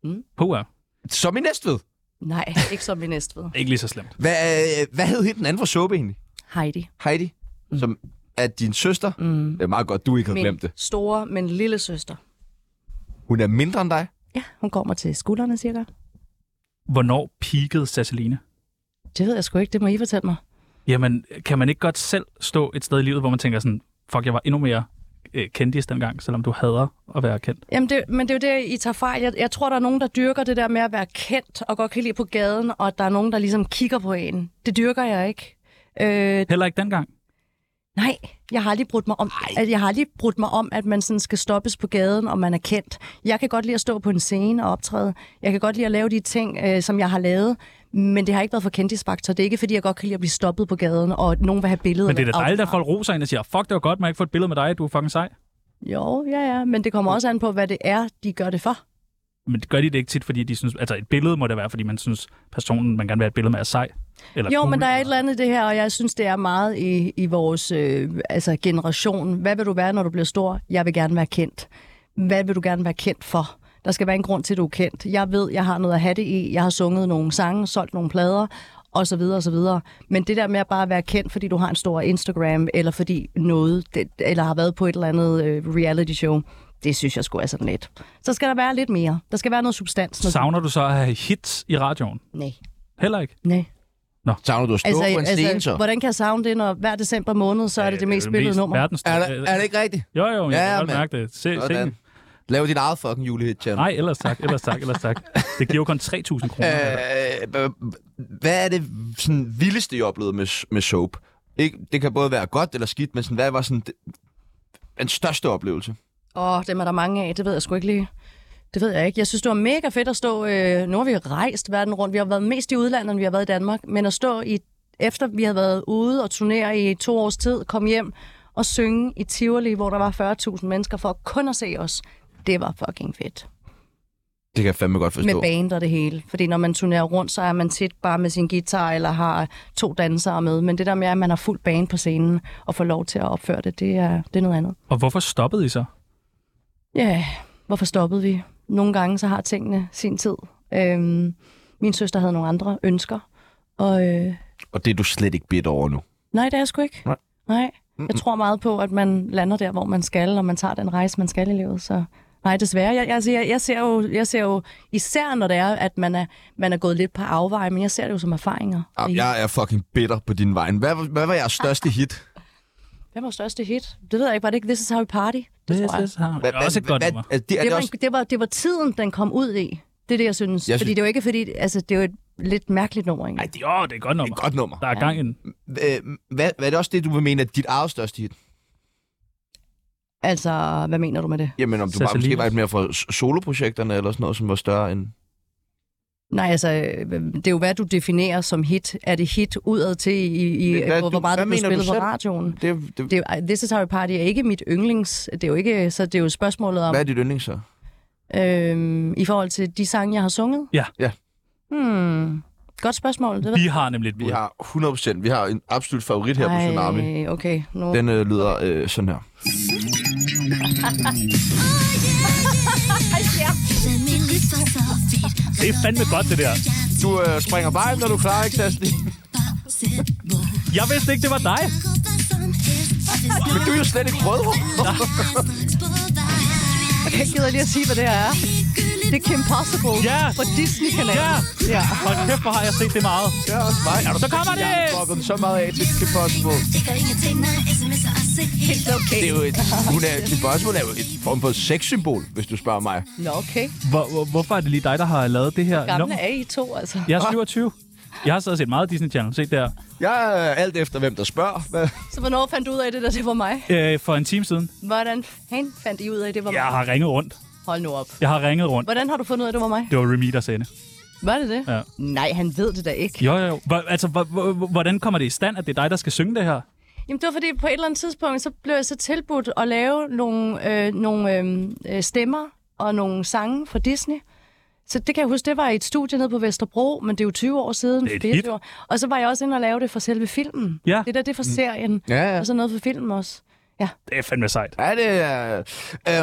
S4: Ja.
S2: Puh, ja.
S6: Som i Næstved.
S4: Nej, ikke som i Næstved.
S2: Ikke lige så slemt.
S6: Hvad, øh, hvad hed hende den anden fra Sobe egentlig?
S4: Heidi.
S6: Heidi, mm. som er din søster. Mm. Det er meget godt, du ikke har
S4: Min
S6: glemt det.
S4: store, men lille søster.
S6: Hun er mindre end dig.
S4: Ja, hun kommer til skuldrene cirka.
S2: Hvornår peakede Sasseline?
S4: Det ved jeg sgu ikke, det må I fortælle mig.
S2: Jamen, kan man ikke godt selv stå et sted i livet, hvor man tænker sådan, fuck, jeg var endnu mere øh, kendtis dengang, selvom du hader at være kendt?
S4: Jamen, det, men det er jo det, I tager fejl. Jeg, jeg tror, der er nogen, der dyrker det der med at være kendt og godt kan lide på gaden, og der er nogen, der ligesom kigger på en. Det dyrker jeg ikke. Øh,
S2: Heller ikke dengang.
S4: nej, jeg har aldrig brudt mig om, at jeg har aldrig brudt mig om, at man sådan skal stoppes på gaden, og man er kendt. Jeg kan godt lide at stå på en scene og optræde. Jeg kan godt lide at lave de ting, øh, som jeg har lavet, men det har ikke været for kendtisfaktor. Det er ikke, fordi jeg godt kan lide at blive stoppet på gaden, og at nogen vil have billeder.
S2: Men det er da
S4: eller
S2: dejligt, at
S4: autografer.
S2: folk roser ind og siger, fuck, det var godt, man ikke få et billede med dig, du er fucking sej.
S4: Jo, ja, ja, men det kommer også an på, hvad det er, de gør det for.
S2: Men det gør de det ikke tit, fordi de synes, altså et billede må det være, fordi man synes, personen, man gerne vil have et billede med, er sej. Eller
S4: Jo,
S2: cool.
S4: men der er et eller andet i det her, og jeg synes, det er meget i, i vores øh, altså generation. Hvad vil du være, når du bliver stor? Jeg vil gerne være kendt. Hvad vil du gerne være kendt for? Der skal være en grund til, at du er kendt. Jeg ved, jeg har noget at have det i. Jeg har sunget nogle sange, solgt nogle plader, og så videre, og så videre. Men det der med at bare være kendt, fordi du har en stor Instagram, eller fordi noget, det, eller har været på et eller andet øh, reality show, det synes jeg sgu er sådan lidt. Så skal der være lidt mere. Der skal være noget substans. Noget...
S2: Savner du så at have hits i radioen?
S4: Nej,
S2: Heller ikke.
S4: nej.
S1: Savner du at stå altså, på en altså, scene, så?
S4: hvordan kan jeg savne det, når hver december måned, så er det det mest spillede nummer?
S2: Øh, Verdens... Øh,
S1: Er, det, er det ikke rigtigt?
S2: Jo, jo, jeg
S1: Ja,
S2: ja, kan godt
S1: mand.
S2: mærke det. Se, se
S1: Sådan.
S2: den.
S1: Lav din eget fucking julehit, Tjerno.
S2: Nej, ellers tak, ellers tak, ellers tak. Det giver jo kun 3.000 kroner. Øh,
S1: Øh, b- b- hvad er det sådan, vildeste, I oplevede med, s- med soap? Ikke, det kan både være godt eller skidt, men sådan, hvad var sådan, det, den største oplevelse?
S4: Åh, dem er der mange af, det ved jeg sgu ikke lige. Det ved jeg ikke. Jeg synes, det var mega fedt at stå... Øh, nu har vi jo rejst verden rundt. Vi har været mest i udlandet, end vi har været i Danmark. Men at stå i... Efter vi havde været ude og turnere i to års tid, kom hjem og synge i Tivoli, hvor der var 40.000 mennesker for kun at se os. Det var fucking fedt.
S1: Det kan jeg fandme godt
S4: Med
S1: forstå.
S4: band og det hele. Fordi når man turnerer rundt, så er man tit bare med sin guitar eller har to dansere med. Men det der med, at man har fuld band på scenen og får lov til at opføre det, det er, det er noget andet.
S2: og hvorfor stoppede I så?
S4: Ja, hvorfor stoppede vi? Nogle gange så har tingene sin tid. Øhm, min søster havde nogle andre ønsker, og øh,
S1: Og det er du slet ikke bidt over nu.
S4: nej, det er jeg sgu ikke.
S1: Nej.
S4: nej. Jeg tror meget på, at man lander der, hvor man skal, og man tager den rejse, man skal i livet, så... Nej, desværre. Jeg, jeg, altså, jeg, jeg, ser jo, jeg ser jo, især når det er, at man er, man er gået lidt på afveje, men jeg ser det jo som erfaringer.
S1: Jamen, jeg er fucking bitter på din vej. Hvad, var- hvad var jeres største hit?
S4: Hvad var største hit? Det ved jeg ikke. Var det ikke This Is How We Party? Det, tror jeg.
S2: Det
S1: Hvad,
S2: er også et godt nummer.
S1: altså, det, er
S4: det,
S1: det
S4: var,
S1: også,
S4: en, det, var, det var tiden, den kom ud i. Det er det, jeg synes.
S1: Jeg
S4: Jeg fordi
S1: synes-
S4: det er jo ikke fordi... Altså, det er jo et lidt mærkeligt nummer, egentlig.
S2: Ej, det, åh, det er et godt
S1: det er
S2: nummer.
S1: et godt nummer.
S2: Der er gang i den.
S1: Øh, Hvad, hvad er det også det, du vil mene er dit eget største hit?
S4: Altså, hvad mener du med det?
S1: Jamen, om du bare måske
S2: Cecilie.
S1: var lidt mere for s- soloprojekterne eller sådan noget, som var større end...
S4: Nej, altså, øh, det er jo, hvad du definerer som hit. Er det hit udad til, i, i,
S1: Hvad-
S4: hvor, hvor meget
S1: hvad
S4: det
S1: mener du
S4: blev spillet på
S1: selv?
S4: radioen?
S1: Det, det,
S4: Det er, jo- ej, This Is How We Party er ikke mit yndlings. Det er jo ikke, så det er jo spørgsmålet om,
S1: hvad er dit yndling så?
S4: øhm, i forhold til de sange, jeg har sunget.
S2: Ja.
S1: Ja.
S4: Hmm, godt spørgsmål. Det ved
S2: Vi har nemlig et
S1: Vi
S2: bud.
S1: har 100%. Vi har en absolut favorit her på Tsunami.
S4: Ej, okay. Nu.
S1: Den øh, lyder øh, sådan her.
S2: Det er fandme godt, det der.
S1: Du øh, springer bare ind, når du klarer, ikke, Sasli?
S2: Jeg vidste ikke, det var dig.
S1: Men du er jo slet ikke rødhåret.
S4: Jeg gider lige at sige, hvad det her er. Det er Kim Possible
S2: Ja.
S4: på Disney-kanalen.
S2: Ja.
S4: ja.
S2: Hold kæft, hvor har jeg set det meget.
S1: Det er også mig.
S2: Så kommer det!
S1: Jeg har fucket så meget af til Kim Possible.
S4: Helt okay.
S1: Det er jo et, hun er, Kim Possible er jo et form for sexsymbol, hvis du spørger mig.
S4: Nå, okay.
S2: Hvor, hvor, hvorfor er det lige dig, der har lavet det her
S4: Gamle
S2: nummer?
S4: er I to, altså.
S2: Jeg er 27. Jeg har siddet og set meget Disney Channel. Se der.
S1: Jeg er alt efter, hvem der spørger. Hvad?
S4: Så hvornår fandt du ud af det, der det var mig?
S2: Øh, for en time siden.
S4: Hvordan fanden fandt I ud af, det var
S2: Jeg
S4: mig?
S2: har ringet rundt.
S4: Hold nu op.
S2: Jeg har ringet rundt.
S4: Hvordan har du fundet ud af, det var mig?
S2: Det var Remy, der sagde det.
S4: Var det det?
S2: Ja.
S4: Nej, han ved det da ikke.
S2: Jo, jo, jo. Hvor, altså, hvor, hvor, hvordan kommer det i stand, at det er dig, der skal synge det her?
S4: Jamen, det var fordi, på et eller andet tidspunkt, så blev jeg så tilbudt at lave nogle, øh, nogle øh, øh, stemmer og nogle sange fra Disney. Så det kan jeg huske, det var i et studie nede på Vesterbro, men det er jo 20 år siden.
S2: Det er et
S4: 24
S2: hit.
S4: År. Og så var jeg også inde og lave det for selve filmen.
S2: Ja. Mm.
S4: Det der, det er for serien.
S1: Ja, ja.
S4: Og så noget for filmen også.
S2: Det er fandme sejt.
S1: Ja, det er...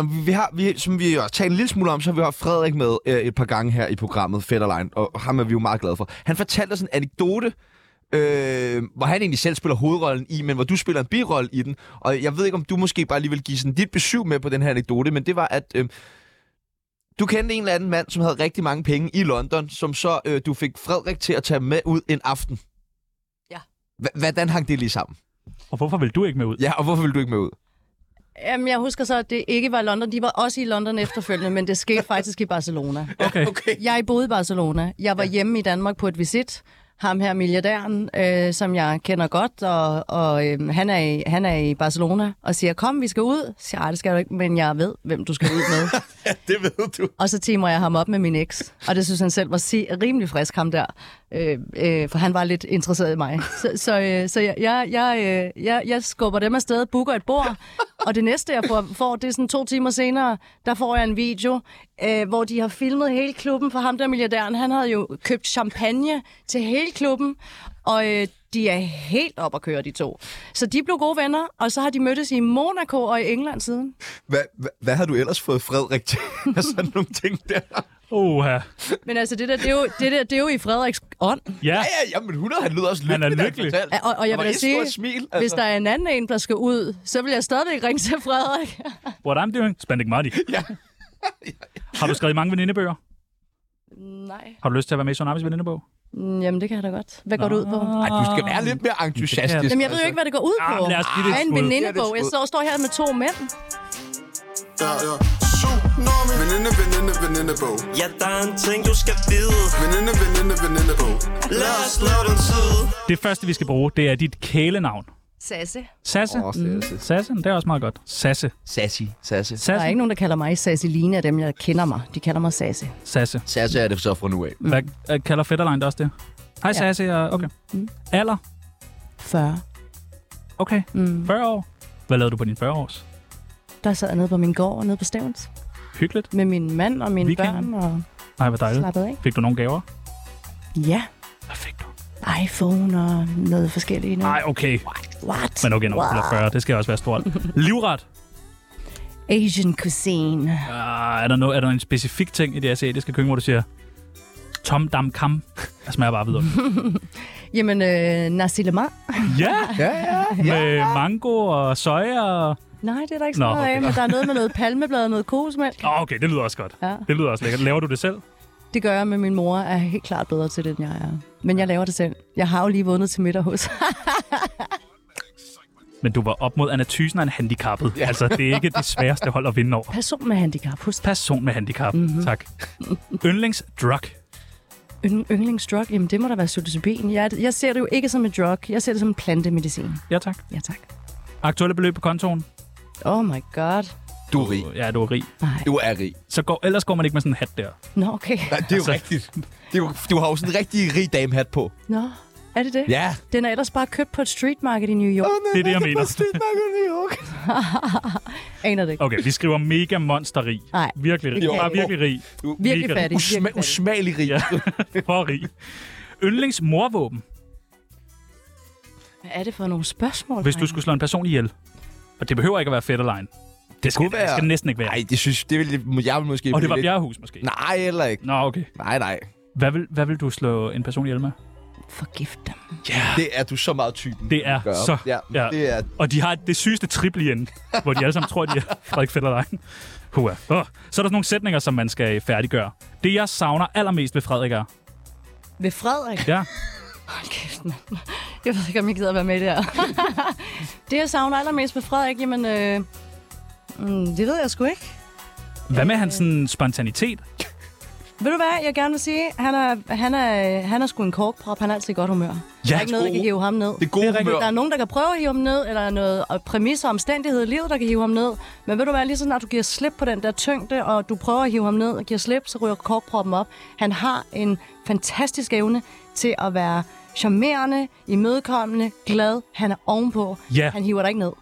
S1: Øh, vi har, vi, som vi har talt en lille smule om, så har vi haft Frederik med øh, et par gange her i programmet Fetterlein, og ham er vi jo meget glade for. Han fortalte os en anekdote, øh, hvor han egentlig selv spiller hovedrollen i, men hvor du spiller en birolle i den. Og jeg ved ikke, om du måske bare lige vil give sådan dit besøg med på den her anekdote, men det var, at øh, du kendte en eller anden mand, som havde rigtig mange penge i London, som så øh, du fik Frederik til at tage med ud en aften.
S4: Ja.
S1: H- hvordan hang det lige sammen?
S2: Og hvorfor vil du ikke med ud?
S1: Ja, og hvorfor ville du ikke med ud?
S4: Jamen, jeg husker så, at det ikke var London. De var også i London efterfølgende, men det skete faktisk i Barcelona.
S2: Okay.
S4: Jeg boede i Barcelona. Jeg var hjemme i Danmark på et visit. Ham her, milliardæren, øh, som jeg kender godt, og, og øh, han, er i, han er i Barcelona, og siger, kom, vi skal ud. Jeg siger, "Ej, det skal du ikke, men jeg ved, hvem du skal ud med. ja, det ved du. Og så timer jeg ham op med min eks, og det synes han selv var si- rimelig frisk, ham der, øh, øh, for han var lidt interesseret i mig. Så, så, øh, så jeg, jeg, jeg, øh, jeg, jeg skubber dem afsted, booker et bord, og det næste, jeg får, får, det er sådan to timer senere, der får jeg en video, øh, hvor de har filmet hele klubben for ham der milliardæren. Han havde jo købt champagne til hele klubben, og øh, de er helt op at køre, de to. Så de blev gode venner, og så har de mødtes i Monaco og i England siden.
S1: Hvad, hvad, hvad har du ellers fået Frederik til? sådan nogle ting der.
S2: Oha.
S4: Men altså, det der, det er jo, det der, det er jo i Frederiks ånd.
S2: Ja,
S1: Ja, ja, jamen 100, han lyder også lykkelig,
S2: er
S1: da
S2: lykkelig.
S1: fortalte.
S4: Ja, og- og jeg
S1: Der var
S4: vil da
S1: et
S4: sige,
S1: stort smil,
S4: Altså. Hvis der er en anden en, der skal ud, så vil jeg stadigvæk ringe til Frederik.
S2: what I'm doing, Spandik Marty.
S1: Ja.
S2: Har du skrevet mange venindebøger?
S4: Nej.
S2: Har du lyst til at være med i Tsunamis venindebog?
S4: Mm, Jamen, det kan jeg da godt. Hvad går det ud på?
S1: Ej, du skal være lidt mere entusiastisk. altså.
S4: Jamen, jeg ved jo ikke, hvad det går ud på.
S2: Ah, men lad os give det et
S4: er en
S2: skud.
S4: venindebog. Jeg står, står her med to mænd.
S8: Ja, ja. Tsunami. Veninde, veninde, venindebog.
S9: Ja, der er en ting, du skal vide.
S8: Veninde, veninde, venindebog.
S9: Lad os lave den tid.
S2: Det første, vi skal bruge, det er dit kælenavn.
S4: Sasse.
S2: Sasse. Mm.
S1: Åh, Sasse.
S2: Sasse, det er også meget godt. Sasse.
S1: Sassy, sassy.
S4: Der er
S2: Sasse.
S4: ikke nogen, der kalder mig Sasse Line af dem, jeg kender mig. De kalder mig Sasse.
S2: Sasse.
S1: Sassy er det så fra nu af.
S2: Hvad øh, kalder fætterlejen det også det? Hej, ja. Sasse. og- Okay. Alder?
S4: 40.
S2: Okay. Mm. 40 år. Hvad lavede du på din 40-års?
S4: Der sad jeg nede på min gård nede på Stævns.
S2: Hyggeligt.
S4: Med min mand og mine
S2: Weekend.
S4: børn og
S2: Nej, hvor dejligt.
S4: slappede af.
S2: Fik du nogle gaver?
S4: Ja.
S2: Hvad fik du?
S4: iPhone og noget forskelligt. Noget.
S2: Nej, okay.
S4: What?
S2: Men okay, når du fylder 40, det skal også være stort. Livret.
S4: Asian cuisine.
S2: Uh, er, der no, er der en specifik ting i det asiatiske køkken, hvor du siger, Tom Dam Kam? Jeg smager bare videre.
S4: Jamen, øh, nasi lemak.
S2: ja! ja, ja, Med mango og soja og...
S4: Nej, det er der ikke
S2: Nå,
S4: så meget
S2: okay.
S4: af, men der er noget med noget palmeblad og noget kokosmælk.
S2: Åh, okay, det lyder også godt.
S4: Ja.
S2: Det lyder også lækkert. Laver du det selv?
S4: Det gør jeg, men min mor er helt klart bedre til det, end jeg er. Men jeg laver det selv. Jeg har jo lige vundet til middag hos.
S2: Men du var op mod Anna Thysen og en handicappet. Ja. Altså, det er ikke det sværeste hold at vinde over.
S4: Person med handicap. Hos
S2: Person med handicap. Mm-hmm. Tak. Yndlingsdrug.
S4: yng- yndlingsdrug, jamen det må da være psilocybin. Jeg, jeg ser det jo ikke som en drug. Jeg ser det som en plantemedicin.
S2: Ja, tak.
S4: Ja, tak.
S2: Aktuelle beløb på kontoen.
S4: Oh my god.
S1: Du er rig.
S2: Ja, du er rig.
S4: Nej.
S1: Du er rig.
S2: Så går, ellers går man ikke med sådan en hat der.
S4: Nå, okay.
S1: Nej, det er jo
S2: Altså-
S1: rigtigt. Det er jo, du har jo sådan en rigtig rig damehat på.
S4: Nå, er det det?
S1: Ja.
S4: Den er ellers bare købt på et street market i New York.
S2: Det er det, jeg mener.
S4: Aner det ikke.
S2: Okay, vi skriver mega monsterrig.
S4: Nej.
S2: Virkelig rig.
S1: Jo.
S2: Bare virkelig rig.
S4: Virkelig
S2: mega-
S4: fattig.
S1: Usma-
S4: Virkelig fattig.
S1: usmagelig rig.
S2: Ja. For rig. Yndlingsmorvåben,
S4: Hvad er det for nogle spørgsmål?
S2: hvis du
S4: drenge?
S2: skulle slå en person ihjel. Og det behøver ikke at være fætterlejen. Det skal,
S1: kunne
S2: det
S1: være-
S2: skal næsten ikke være.
S1: Nej, det synes det ville, jeg ville måske...
S2: Og det
S1: blive
S2: var
S1: lidt-
S2: Bjerrehus måske.
S1: Nej, heller ikke.
S2: Nå, okay.
S1: Nej, nej.
S2: Hvad vil, hvad vil du slå en person ihjel med?
S4: Forgift dem.
S1: Det er du så meget typen.
S2: Det er
S1: gør.
S2: så...
S1: Ja, ja, det er...
S2: Og de har det sygeste triple igen, hvor de alle sammen tror, de er Frederik Fetterlein. Hua. Oh. Så er der sådan nogle sætninger, som man skal færdiggøre. Det, jeg savner allermest ved Frederik er...
S4: Ved Frederik.
S2: Ja,
S4: Hold kæft, mand. Jeg ved ikke, om jeg gider at være med der. det, jeg savner allermest ved Frederik, jamen... Øh, mm, det ved jeg sgu ikke.
S2: hvad med hans sådan, spontanitet?
S4: Ved du hvad, jeg gerne vil sige? Han er, han er, han er sgu en korkprop. Han er altid i godt humør. der
S2: Ja,
S4: er ikke noget, der kan hive ham ned.
S1: Det gode humør.
S4: Der er nogen, der kan prøve at hive ham ned, eller noget og præmisser og omstændigheder i livet, der kan hive ham ned. Men ved du hvad, lige så snart du giver slip på den der tyngde, og du prøver at hive ham ned og giver slip, så ryger korkproppen op. Han har en fantastisk evne til at være charmerende, imødekommende, glad. Han er ovenpå.
S2: Ja.
S4: Han hiver dig ikke ned.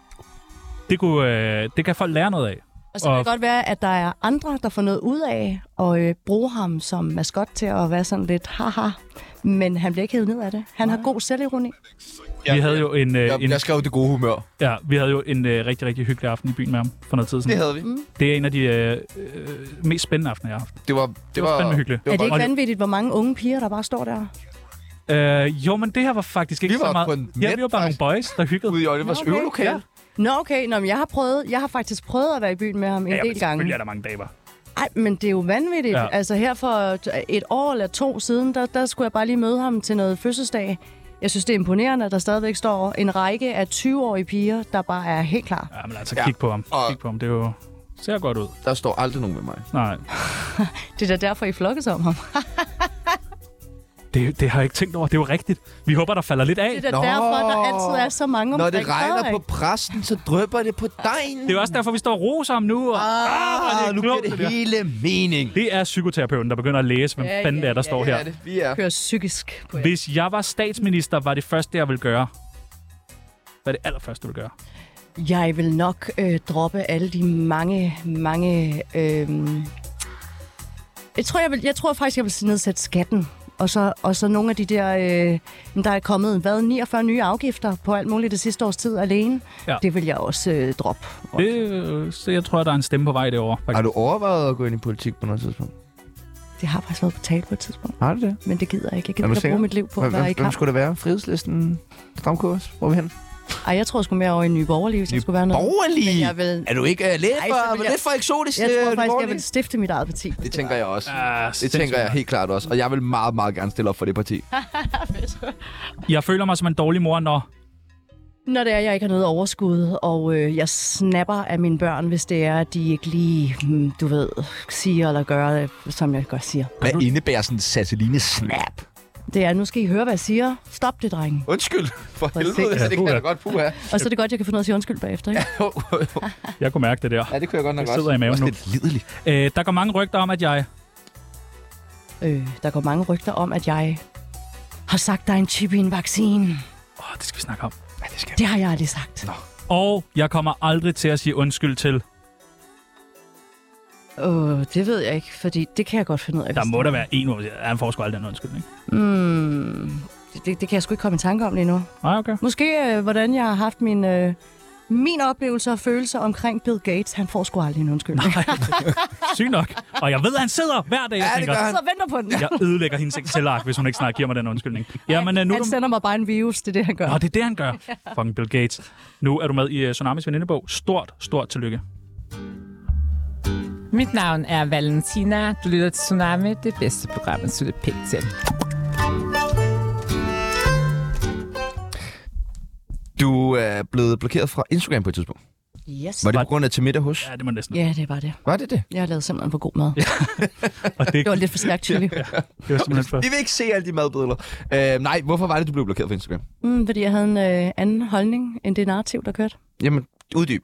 S2: Det, kunne, øh, det kan folk lære noget af.
S4: Og så kan
S2: Og-
S4: det godt være, at der er andre, der får noget ud af at øh, bruge ham som maskot til at være sådan lidt haha. Men han bliver ikke hævet ned af det. Han har god selvironi.
S2: Vi havde jo en, øh,
S1: Jeg,
S2: en,
S1: jeg skrev det gode humør.
S2: ja, vi havde jo en øh, rigtig, rigtig hyggelig aften i byen med ham for noget tid
S1: Det
S2: siden.
S1: havde vi.
S2: Det er en af de øh, øh, mest spændende aftener, jeg har haft.
S1: Det var...
S2: Det var fandme hyggeligt.
S4: Er det ikke
S2: Og-
S4: vanvittigt, hvor mange unge piger, der bare står der?
S2: Øh, jo, men det her var faktisk ikke
S1: Vi var
S2: så meget...
S1: på en
S2: ja,
S1: net,
S2: vi var bare nogle
S1: faktisk.
S2: boys, der hyggede.
S1: Ude i Olivers
S4: Nå, okay.
S1: øvelokale.
S4: Nå okay, Nå, men jeg har prøvet, jeg har faktisk prøvet at være i byen med ham en
S2: ja, men
S4: del
S2: selvfølgelig er
S4: gange.
S2: der mange damer.
S4: Ej, men det er jo vanvittigt.
S2: Ja.
S4: Ja. Altså her for et år eller to siden, der, der skulle jeg bare lige møde ham til noget fødselsdag. Jeg synes, det er imponerende, at der stadigvæk står en række af 20-årige piger, der bare er helt klar.
S2: Ja, men altså, kig på ham.
S1: og-
S2: Kig på ham, det er jo... Ser godt ud.
S1: Der står aldrig nogen med mig.
S2: Nej,
S4: Det er da derfor, I flokkes om ham.
S2: det, det har jeg ikke tænkt over. Det er jo rigtigt. Vi håber, der falder lidt af.
S4: Det er da
S1: Nå.
S4: derfor, der altid er så mange
S1: Når
S4: omkring
S1: det regner
S4: Frederik.
S1: på præsten, så drøber det på dejen.
S2: Det er jo også derfor, vi står og roser ham nu. Og,
S1: Ah,
S2: er
S1: nu
S2: klogt,
S1: giver det
S2: der.
S1: hele mening.
S2: det er psykoterapeuten, der begynder at læse, hvem
S4: Ja,
S2: fanden det
S4: ja,
S2: er, der
S4: ja,
S2: står
S4: ja.
S2: her.
S1: det. Vi er...
S4: kører psykisk på jer.
S2: Hvis jeg var statsminister, var det første, jeg ville gøre. Hvad er det allerførste, du ville gøre?
S4: Jeg vil nok øh, droppe alle de mange, mange... Øh, jeg, tror, jeg, vil, jeg tror faktisk, jeg vil nedsætte skatten. Og så, og så nogle af de der... Øh, men der er kommet hvad, 49 nye afgifter på alt muligt det sidste års tid alene.
S2: Ja.
S4: Ja. Det vil jeg også øh, droppe.
S2: Det, øh, så jeg tror, der er en stemme på vej derovre.
S1: Har
S2: faktisk.
S1: du overvejet at gå ind i politik på noget tidspunkt?
S4: Det har faktisk været på tale på et tidspunkt,
S1: Har du det?
S4: men det gider jeg ikke. Jeg
S1: Er du
S4: gider ikke
S1: sikker?
S4: bruge mit liv på at
S1: Hvem,
S4: være i
S1: hvem, hvem
S4: kamp.
S1: skulle det være? Frihedslisten? Stramkurs? Hvor er vi hen?
S4: Ej, jeg tror sgu mere over i Nye Borgerlige, hvis jeg skulle være noget.
S1: Borgerlige!
S4: Men jeg vil-
S1: Er du ikke uh, lidt,
S4: Ej, så
S1: for,
S4: vil jeg-
S1: lidt for eksotisk?
S4: Jeg
S1: øh,
S4: tror
S1: Nye
S4: faktisk, jeg
S1: Borgerlige?
S4: vil stifte mit eget parti.
S1: Det tænker jeg også.
S2: Ah,
S1: Det tænker jeg helt klart også. Og jeg vil meget, meget gerne stille op for det parti.
S2: Jeg føler mig som en dårlig mor, når...
S4: Når det er, jeg ikke har noget overskud, og øh, jeg snapper af mine børn, hvis det er, at de ikke lige, hmm, du ved, siger eller gør, øh, som jeg godt siger.
S1: Hvad indebærer sådan en Sasseline-snap?
S4: Det er, nu skal I høre, hvad jeg siger. Stop det, drenge.
S1: Undskyld, for
S4: sikkert.
S1: helvede. Det kan jeg da godt puha.
S4: Og så er det godt, jeg kan finde ud af at sige undskyld bagefter, ikke?
S2: Jeg kunne mærke det der.
S1: Ja, det kunne jeg godt nok
S2: Det sidder i maven
S1: også
S2: nu.
S1: lidt liderligt.
S2: Øh, der går mange rygter om, at jeg...
S4: Øh, der går mange rygter om, at jeg har sagt, der er en chip i en vaccine.
S2: Åh, oh, det skal vi snakke om.
S4: Det har jeg aldrig sagt.
S2: Og jeg kommer aldrig til at sige undskyld til.
S4: Åh, det ved jeg ikke, fordi det kan jeg godt finde ud af.
S2: Der
S4: hvis
S2: må
S4: det-
S2: der være en, hvor ja, han får sgu aldrig den undskyldning.
S4: Mm, det, det, det kan jeg sgu ikke komme i tanke om lige nu.
S2: Nej, okay.
S4: Måske øh, hvordan jeg har haft min, øh, min oplevelse og følelser omkring Bill Gates. Han får sgu aldrig en undskyldning.
S2: Syg nok. Og jeg ved, at han sidder hver dag og
S1: Ja, det
S2: tænker,
S1: gør han.
S4: Så venter på den.
S2: jeg ødelægger hendes excelark, hvis hun ikke snart giver mig den undskyldning. Jamen, øh, nu... er
S4: Han
S2: du-
S4: sender mig bare en virus, det er det, han gør.
S2: Nå, det er det, han gør. Fucking Bill Gates. Nu er du med i uh, Tsunamis venindebog. Stort, stort tillykke.
S5: Mit navn er Valentina. Du lytter til Tsunami, det bedste program, at slutte pænt til.
S1: Du er blevet blokeret fra Instagram på et tidspunkt.
S4: Yes.
S1: Var det
S2: Var-
S1: på grund af til middag hos?
S2: Ja, det må næsten.
S4: Ja, det er bare det.
S1: Var det det?
S4: Jeg har lavet simpelthen for god mad.
S2: Og det,
S4: Det var lidt for stærkt chili.
S2: det var simpelthen for...
S1: Vi vil ikke se alle de madbilleder. Øh, nej, hvorfor var det, du blev blokeret fra Instagram?
S4: Mm, fordi jeg havde en øh, anden holdning end det narrativ, der kørte.
S1: Jamen, uddyb.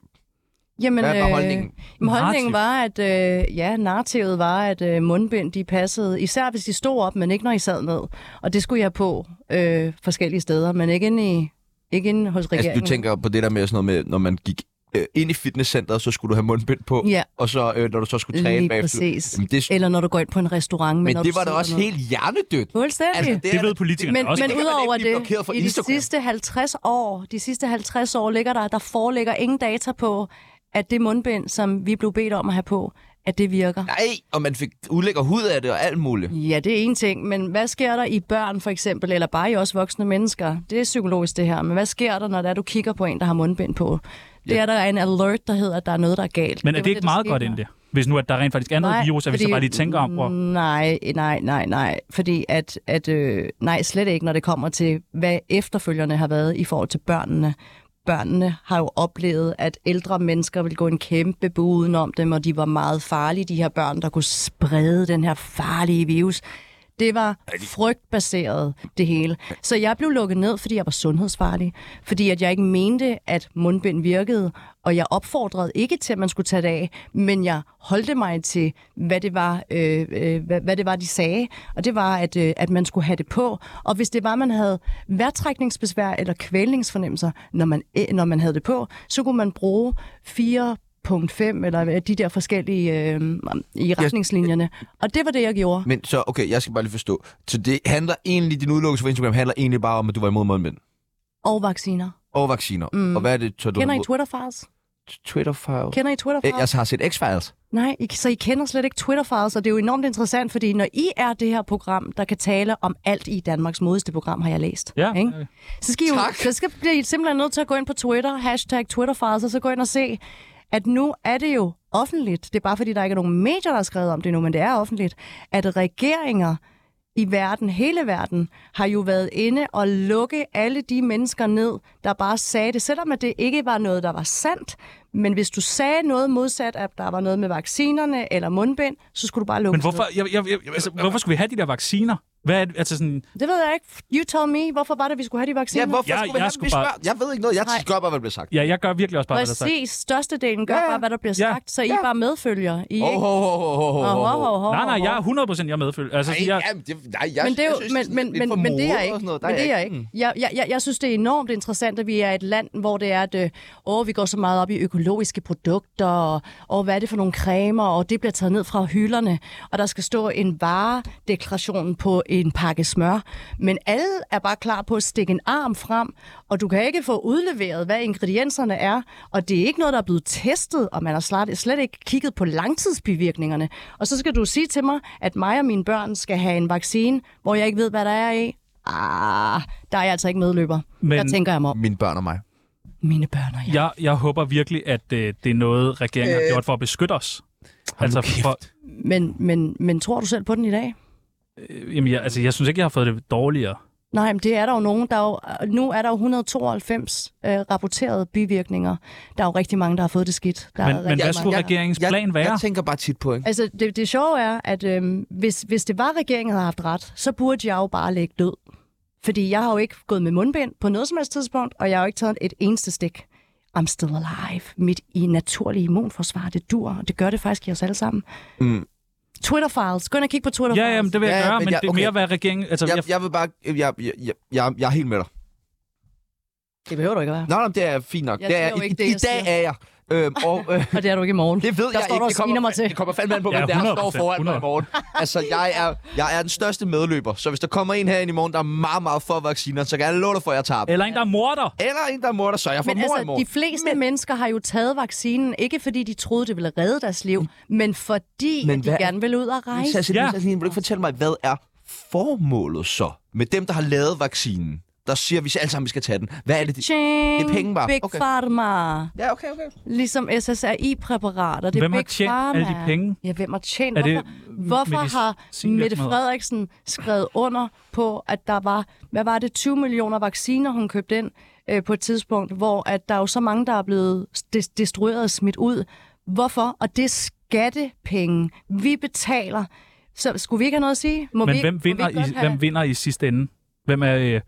S4: Jamen, øh,
S1: Hvad var holdningen?
S4: Jamen, holdningen var, at øh, ja, narrativet var, at øh, mundbind de passede, især hvis de stod op, men ikke når I sad ned. Og det skulle jeg på øh, forskellige steder, men ikke inde, i, ikke inde hos regeringen.
S1: Altså, du tænker på det der med sådan noget med, når man gik øh, ind i fitnesscenteret, så skulle du have mundbind på,
S4: Ja.
S1: og så øh, når du så skulle træne
S4: Lige
S1: bagefter.
S4: præcis.
S1: Jamen, det,
S4: Eller når du går ind på en restaurant. Men,
S1: men
S4: når
S1: det
S4: du
S1: var da
S4: sidder
S1: også
S4: ned.
S1: helt hjernedødt.
S4: Fuldstændig.
S1: Altså, det
S2: Det
S1: er
S2: ved
S1: da-
S2: politikerne
S4: Men,
S2: også.
S4: men
S1: Det kan man
S4: udover
S1: ikke blive
S4: det,
S1: blokeret fra
S4: i de
S1: Instagram.
S4: sidste 50 år, de sidste 50 år ligger der, at der foreligger ingen data på, at det mundbind, som vi blev bedt om at have på, at det virker.
S1: Nej, og man fik ulækker hud af det og alt muligt.
S4: Ja, det er en ting, men hvad sker der i børn for eksempel, eller bare i os voksne mennesker? Det er psykologisk det her, men hvad sker der, når det er, du kigger på en, der har mundbind på? Det er, der er en alert, der hedder, at der er noget, der er galt.
S2: Men er
S4: var
S2: det ikke
S4: der
S2: meget
S4: skete
S2: godt
S4: her.
S2: end det? Hvis nu, at der rent faktisk er noget
S4: Nej,
S2: virus, at vi så
S4: fordi- Mm,
S2: bare lige tænker om, hvor...
S4: Nej, nej, nej, nej. Fordi at, at øh, nej, slet ikke, når det kommer til, hvad efterfølgerne har været i forhold til børnene. Børnene har jo oplevet, at ældre mennesker ville gå en kæmpe bue udenom dem, og de var meget farlige, de her børn, der kunne sprede den her farlige virus. Det var frygtbaseret, det hele. Så jeg blev lukket ned, fordi jeg var sundhedsfarlig. Fordi at jeg ikke mente, at mundbind virkede, og jeg opfordrede ikke til, at man skulle tage det af, men jeg holdte mig til, hvad det var, øh, øh, hvad, hvad det var de sagde. Og det var, at, øh, at man skulle have det på. Og hvis det var, at man havde værtrækningsbesvær eller kvælningsfornemmelser, når man, øh, når man havde det på, så kunne man bruge fire punkt 5, eller hvad, de der forskellige øh, i retningslinjerne. Og det var det, jeg gjorde.
S1: Men så, okay, jeg skal bare lige forstå. Så det handler egentlig, din udelukkelse fra Instagram handler egentlig bare om, at du var imod mundbind
S4: Og vacciner.
S1: og vacciner. Mm. Og hvad er det, så du
S4: Kender I Twitter-files?
S1: Twitter-file?
S4: Kender I Twitter-files?
S1: Jeg har set X-Files.
S4: Nej, I, så I kender slet ikke Twitter-files, og det er jo enormt interessant, fordi når I er det her program, der kan tale om alt i Danmarks modigste program, har jeg læst.
S2: Ja,
S4: ikke?
S2: okay.
S4: Så, skal I jo, så skal, bliver I simpelthen nødt til at gå ind på Twitter, hashtag Twitter-files, og så gå ind og se, at nu er det jo offentligt. Det er bare fordi, der ikke er nogen medier, der har skrevet om det nu, men det er offentligt, at regeringer i verden, hele verden, har jo været inde og lukke alle de mennesker ned, der bare sagde det, selvom at det ikke var noget, der var sandt. Men hvis du sagde noget modsat, at der var noget med vaccinerne eller mundbind, så skulle du bare lukke
S2: Men hvorfor, jeg, jeg, jeg, altså, hvorfor skulle vi have de der vacciner? Hvad er det, altså sådan...
S4: Det ved jeg ikke. You tell me. Hvorfor var det, vi skulle have de vacciner?
S1: Ja, hvorfor
S2: Jeg-
S1: skulle vi
S2: jeg
S1: have dem?
S2: skulle
S1: Vi
S2: bare-
S1: spørger- Jeg ved ikke noget. Jeg
S4: Nej.
S1: gør bare, hvad der bliver sagt.
S2: Ja, jeg gør virkelig også bare, hvad der er sagt.
S4: Præcis. Størstedelen gør
S1: Ja, ja.
S4: bare, hvad der bliver
S2: Ja.
S4: sagt, så I bare medfølger. I
S1: Åh,
S4: ikke...
S1: åh, åh, åh, åh,
S4: Hov, hov, hov, hov,
S2: Nej, nej,
S4: hov.
S2: jeg er 100% jeg medfølger. Altså,
S1: Nej,
S2: jeg,
S1: jamen, det- nej, jeg
S4: men det er
S1: jeg
S4: jo,
S1: synes,
S4: men, men,
S1: lidt
S4: men,
S1: for
S4: men det er
S1: mode
S4: jeg
S1: og
S4: ikke.
S1: sådan noget. Der
S4: men det er jeg
S1: Mm.
S4: ikke. Jeg, jeg, jeg, jeg synes, det er enormt interessant, at vi er et land, hvor det er, at øh, åh, vi går så meget op i økologiske produkter, og åh, hvad er det for nogle cremer, og det bliver taget ned fra hylderne, og der skal stå en varedeklaration på et en pakke smør. Men alle er bare klar på at stikke en arm frem, og du kan ikke få udleveret, hvad ingredienserne er. Og det er ikke noget, der er blevet testet, og man har slet, slet ikke kigget på langtidsbivirkningerne. Og så skal du sige til mig, at mig og mine børn skal have en vaccine, hvor jeg ikke ved, hvad der er i. Ah, der er jeg altså ikke medløber. Men... Der tænker jeg mig om.
S1: Mm. Mine børn og mig.
S4: Mine børn og jeg.
S2: Jeg, jeg håber virkelig, at øh, det er noget, regeringen øh... har gjort for at beskytte os. Altså, for,
S4: Men, men, men tror du selv på den i dag?
S2: øh, jamen, jeg, altså, jeg synes ikke, jeg har fået det dårligere.
S4: Nej, men det er der jo nogen. Der er jo, øh, nu er der jo 192 øh, rapporterede bivirkninger. Der er jo rigtig mange, der har fået det skidt. Der
S2: Men,
S4: er
S2: men
S4: rigtig
S2: hvad
S4: mange.
S2: skulle regeringens plan være?
S1: Jeg tænker bare tit på, ikke?
S4: Altså, det, det sjove er, at øh, hvis, hvis det var, regeringen havde haft ret, så burde jeg jo bare lægge død. Fordi jeg har jo ikke gået med mundbind på noget som helst tidspunkt, og jeg har jo ikke taget et eneste stik. I'm still alive. Mit i naturlige immunforsvar, det dur, og det gør det faktisk i os alle sammen.
S1: Mm.
S4: Twitter-files. Gå ind og kig på Twitter-files.
S2: Ja, jamen, det vil jeg
S1: Ja, ja,
S2: gøre,
S1: men
S2: men,
S1: jeg-
S2: det er
S1: okay.
S2: mere, hvad regeringen... Altså,
S1: Jeg,
S2: jeg,
S1: jeg vil bare... Jeg, jeg, jeg, jeg, jeg er helt med dig.
S4: det behøver du ikke at være.
S1: Nå, nej, det er fint nok.
S4: Jeg
S1: det
S4: siger
S1: er,
S4: jo
S1: i,
S4: ikke det,
S1: I
S4: jeg
S1: dag
S4: siger.
S1: er jeg. Øhm, og, øh,
S4: Og det er du ikke i morgen.
S1: det ved
S4: Der
S1: jeg
S4: står
S1: ikke.
S4: du og
S1: Det kommer,
S4: sviner mig til.
S1: det kommer fandme an på,
S2: Ja,
S1: hvem der er,
S2: 100%,
S1: står foran mig i
S2: 100%.
S1: morgen. Altså, jeg er, jeg er den største medløber. Så hvis der kommer en herinde i morgen, der er meget, meget for vacciner, så kan jeg love dig for, at jeg tager dem.
S2: eller en, der er morder.
S1: Eller en, der er morder, så er jeg får
S4: Men
S1: mor i
S4: altså,
S1: morgen.
S4: de fleste men... mennesker har jo taget vaccinen, ikke fordi de troede, det ville redde deres liv, men fordi
S1: Mm. Men
S4: men de
S1: hvad-
S4: gerne ville ud og rejse.
S1: Sascha,
S2: Ja.
S1: ja. vil du ikke fortælle mig, hvad er formålet så med dem, der har lavet vaccinen? Der siger, at vi alle sammen vi skal tage den. Hvad er det? de-
S4: Tjing,
S1: Det er penge bare.
S4: Big
S1: Okay.
S4: Pharma.
S1: Ja, okay, okay.
S4: Ligesom SSRI-præparater. Det er
S2: Hvem har
S4: Big
S2: tjent
S4: Pharma.
S2: alle de penge?
S4: Ja, hvem har tjent?
S2: Er
S4: Hvorfor,
S2: det
S4: hvorfor har
S2: medicinvirksomheder?
S4: Mette Frederiksen skrevet under på, at der var, hvad var det, 20 millioner vacciner, hun købte ind øh, på et tidspunkt, hvor at der er jo så mange, der er blevet des- destrueret og smidt ud. Hvorfor? Og det er skattepenge. Vi betaler. Så skulle vi ikke have noget at sige? Må
S2: Men
S4: vi,
S2: hvem
S4: må vi
S2: vinder,
S4: ikke godt
S2: i,
S4: have-
S2: hvem vinder i sidste ende? Hvem er... Øh,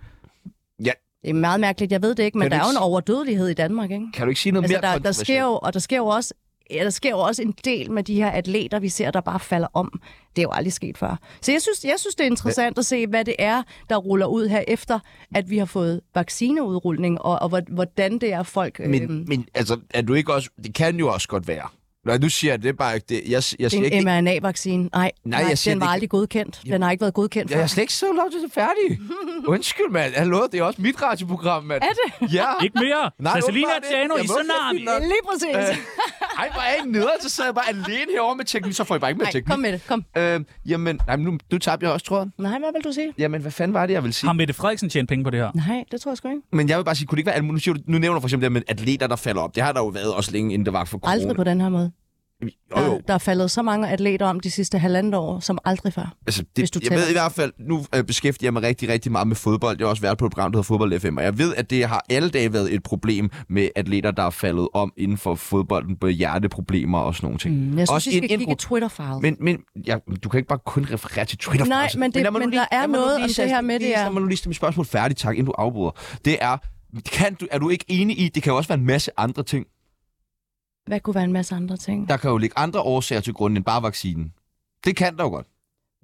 S4: Det er meget mærkeligt, jeg ved det ikke, men
S1: Kan du
S4: der er jo
S1: ikke
S4: en overdødelighed i Danmark, ikke?
S1: Kan du ikke sige noget
S4: Altså,
S1: mere
S4: der, der
S1: kontroversielt?
S4: sker jo, og der sker jo også Ja, der sker jo også en del med de her atleter, vi ser, der bare falder om. Det er jo aldrig sket før. Så jeg synes, jeg synes det er interessant at se, hvad det er, der ruller ud her efter, at vi har fået vaccineudrulning, og, og hvor- hvordan det er, folk... øhm,
S1: Men, men altså, er du ikke også... Det kan jo også godt være. Nej, nu siger jeg det er bare ikke det. Jeg, jeg, siger
S4: det er
S1: ikke,
S4: en
S1: det,
S4: mRNA-vaccine. Nej, nej,
S1: jeg
S4: nej
S1: siger,
S4: den
S1: det
S4: var
S1: kan-
S4: aldrig godkendt. Den har ikke været godkendt
S1: jeg
S4: før.
S1: har slet ikke så lov til at færdig. Undskyld, mand. Hallo, det er også mit radioprogram, mand. Er det? Ja.
S2: ikke mere!
S1: Nej,
S2: Cecilia
S1: åbenbart ikke.
S2: Tjano i
S1: Jamen, hvorfor
S2: Tsunami!
S1: fint nok?
S4: Lige
S1: Øh,
S4: præcis.
S1: Ej, hvor er I nederen, så sad jeg bare alene herovre med teknik. Så får I bare ikke med
S4: Nej,
S1: teknik.
S4: kom med det, kom.
S1: Øh, jamen, nej, men nu, nu tabte jeg også tråden.
S4: Nej, hvad vil du sige?
S1: Jamen, hvad fanden var det, jeg ville sige?
S2: Har Mette Frederiksen tjent penge på det her?
S4: Nej, det tror jeg sgu ikke.
S1: Men jeg vil bare sige, kunne det ikke være alt muligt? Nu siger du- Nu nævner du for eksempel det her med atleter, der falder op. Det har der jo været også længe, inden det var for corona.
S4: Aldrig på den her måde.
S1: Jo,
S4: Der,
S1: jo.
S4: der er faldet så mange atleter om de sidste halvandet år, som aldrig før.
S1: Altså, det,
S4: hvis du
S1: jeg
S4: tæller.
S1: ved i hvert fald, nu øh, beskæftiger jeg mig rigtig, rigtig meget med fodbold. Jeg har også været på et program, der hedder Fodbold FM, og jeg ved, at det har alle dage været et problem med atleter, der er faldet om inden for fodbolden, både hjerteproblemer og sådan nogle ting.
S4: Mm, Jeg synes,
S1: Også
S4: vi
S1: en-
S4: skal
S1: en
S4: kigge i
S1: gruppe-
S4: Twitter-files.
S1: Men, men ja, du kan ikke bare kun referere til Twitter.
S4: Nej,
S1: altså.
S4: men det-
S1: lad mig nu
S4: men der er
S1: lad mig nu
S4: noget
S1: lige
S4: om det
S1: sætte-
S4: her med,
S1: lige-
S4: det er-
S1: Lad mig nu lige stille mit spørgsmål færdigt, tak, inden du afbryder. Det er, kan du, er du ikke enig i, det kan jo også være en masse andre ting.
S4: Hvad kunne være en masse andre ting?
S1: Der kan jo ligge andre årsager til grunden end bare vaccinen. Det kan der jo godt.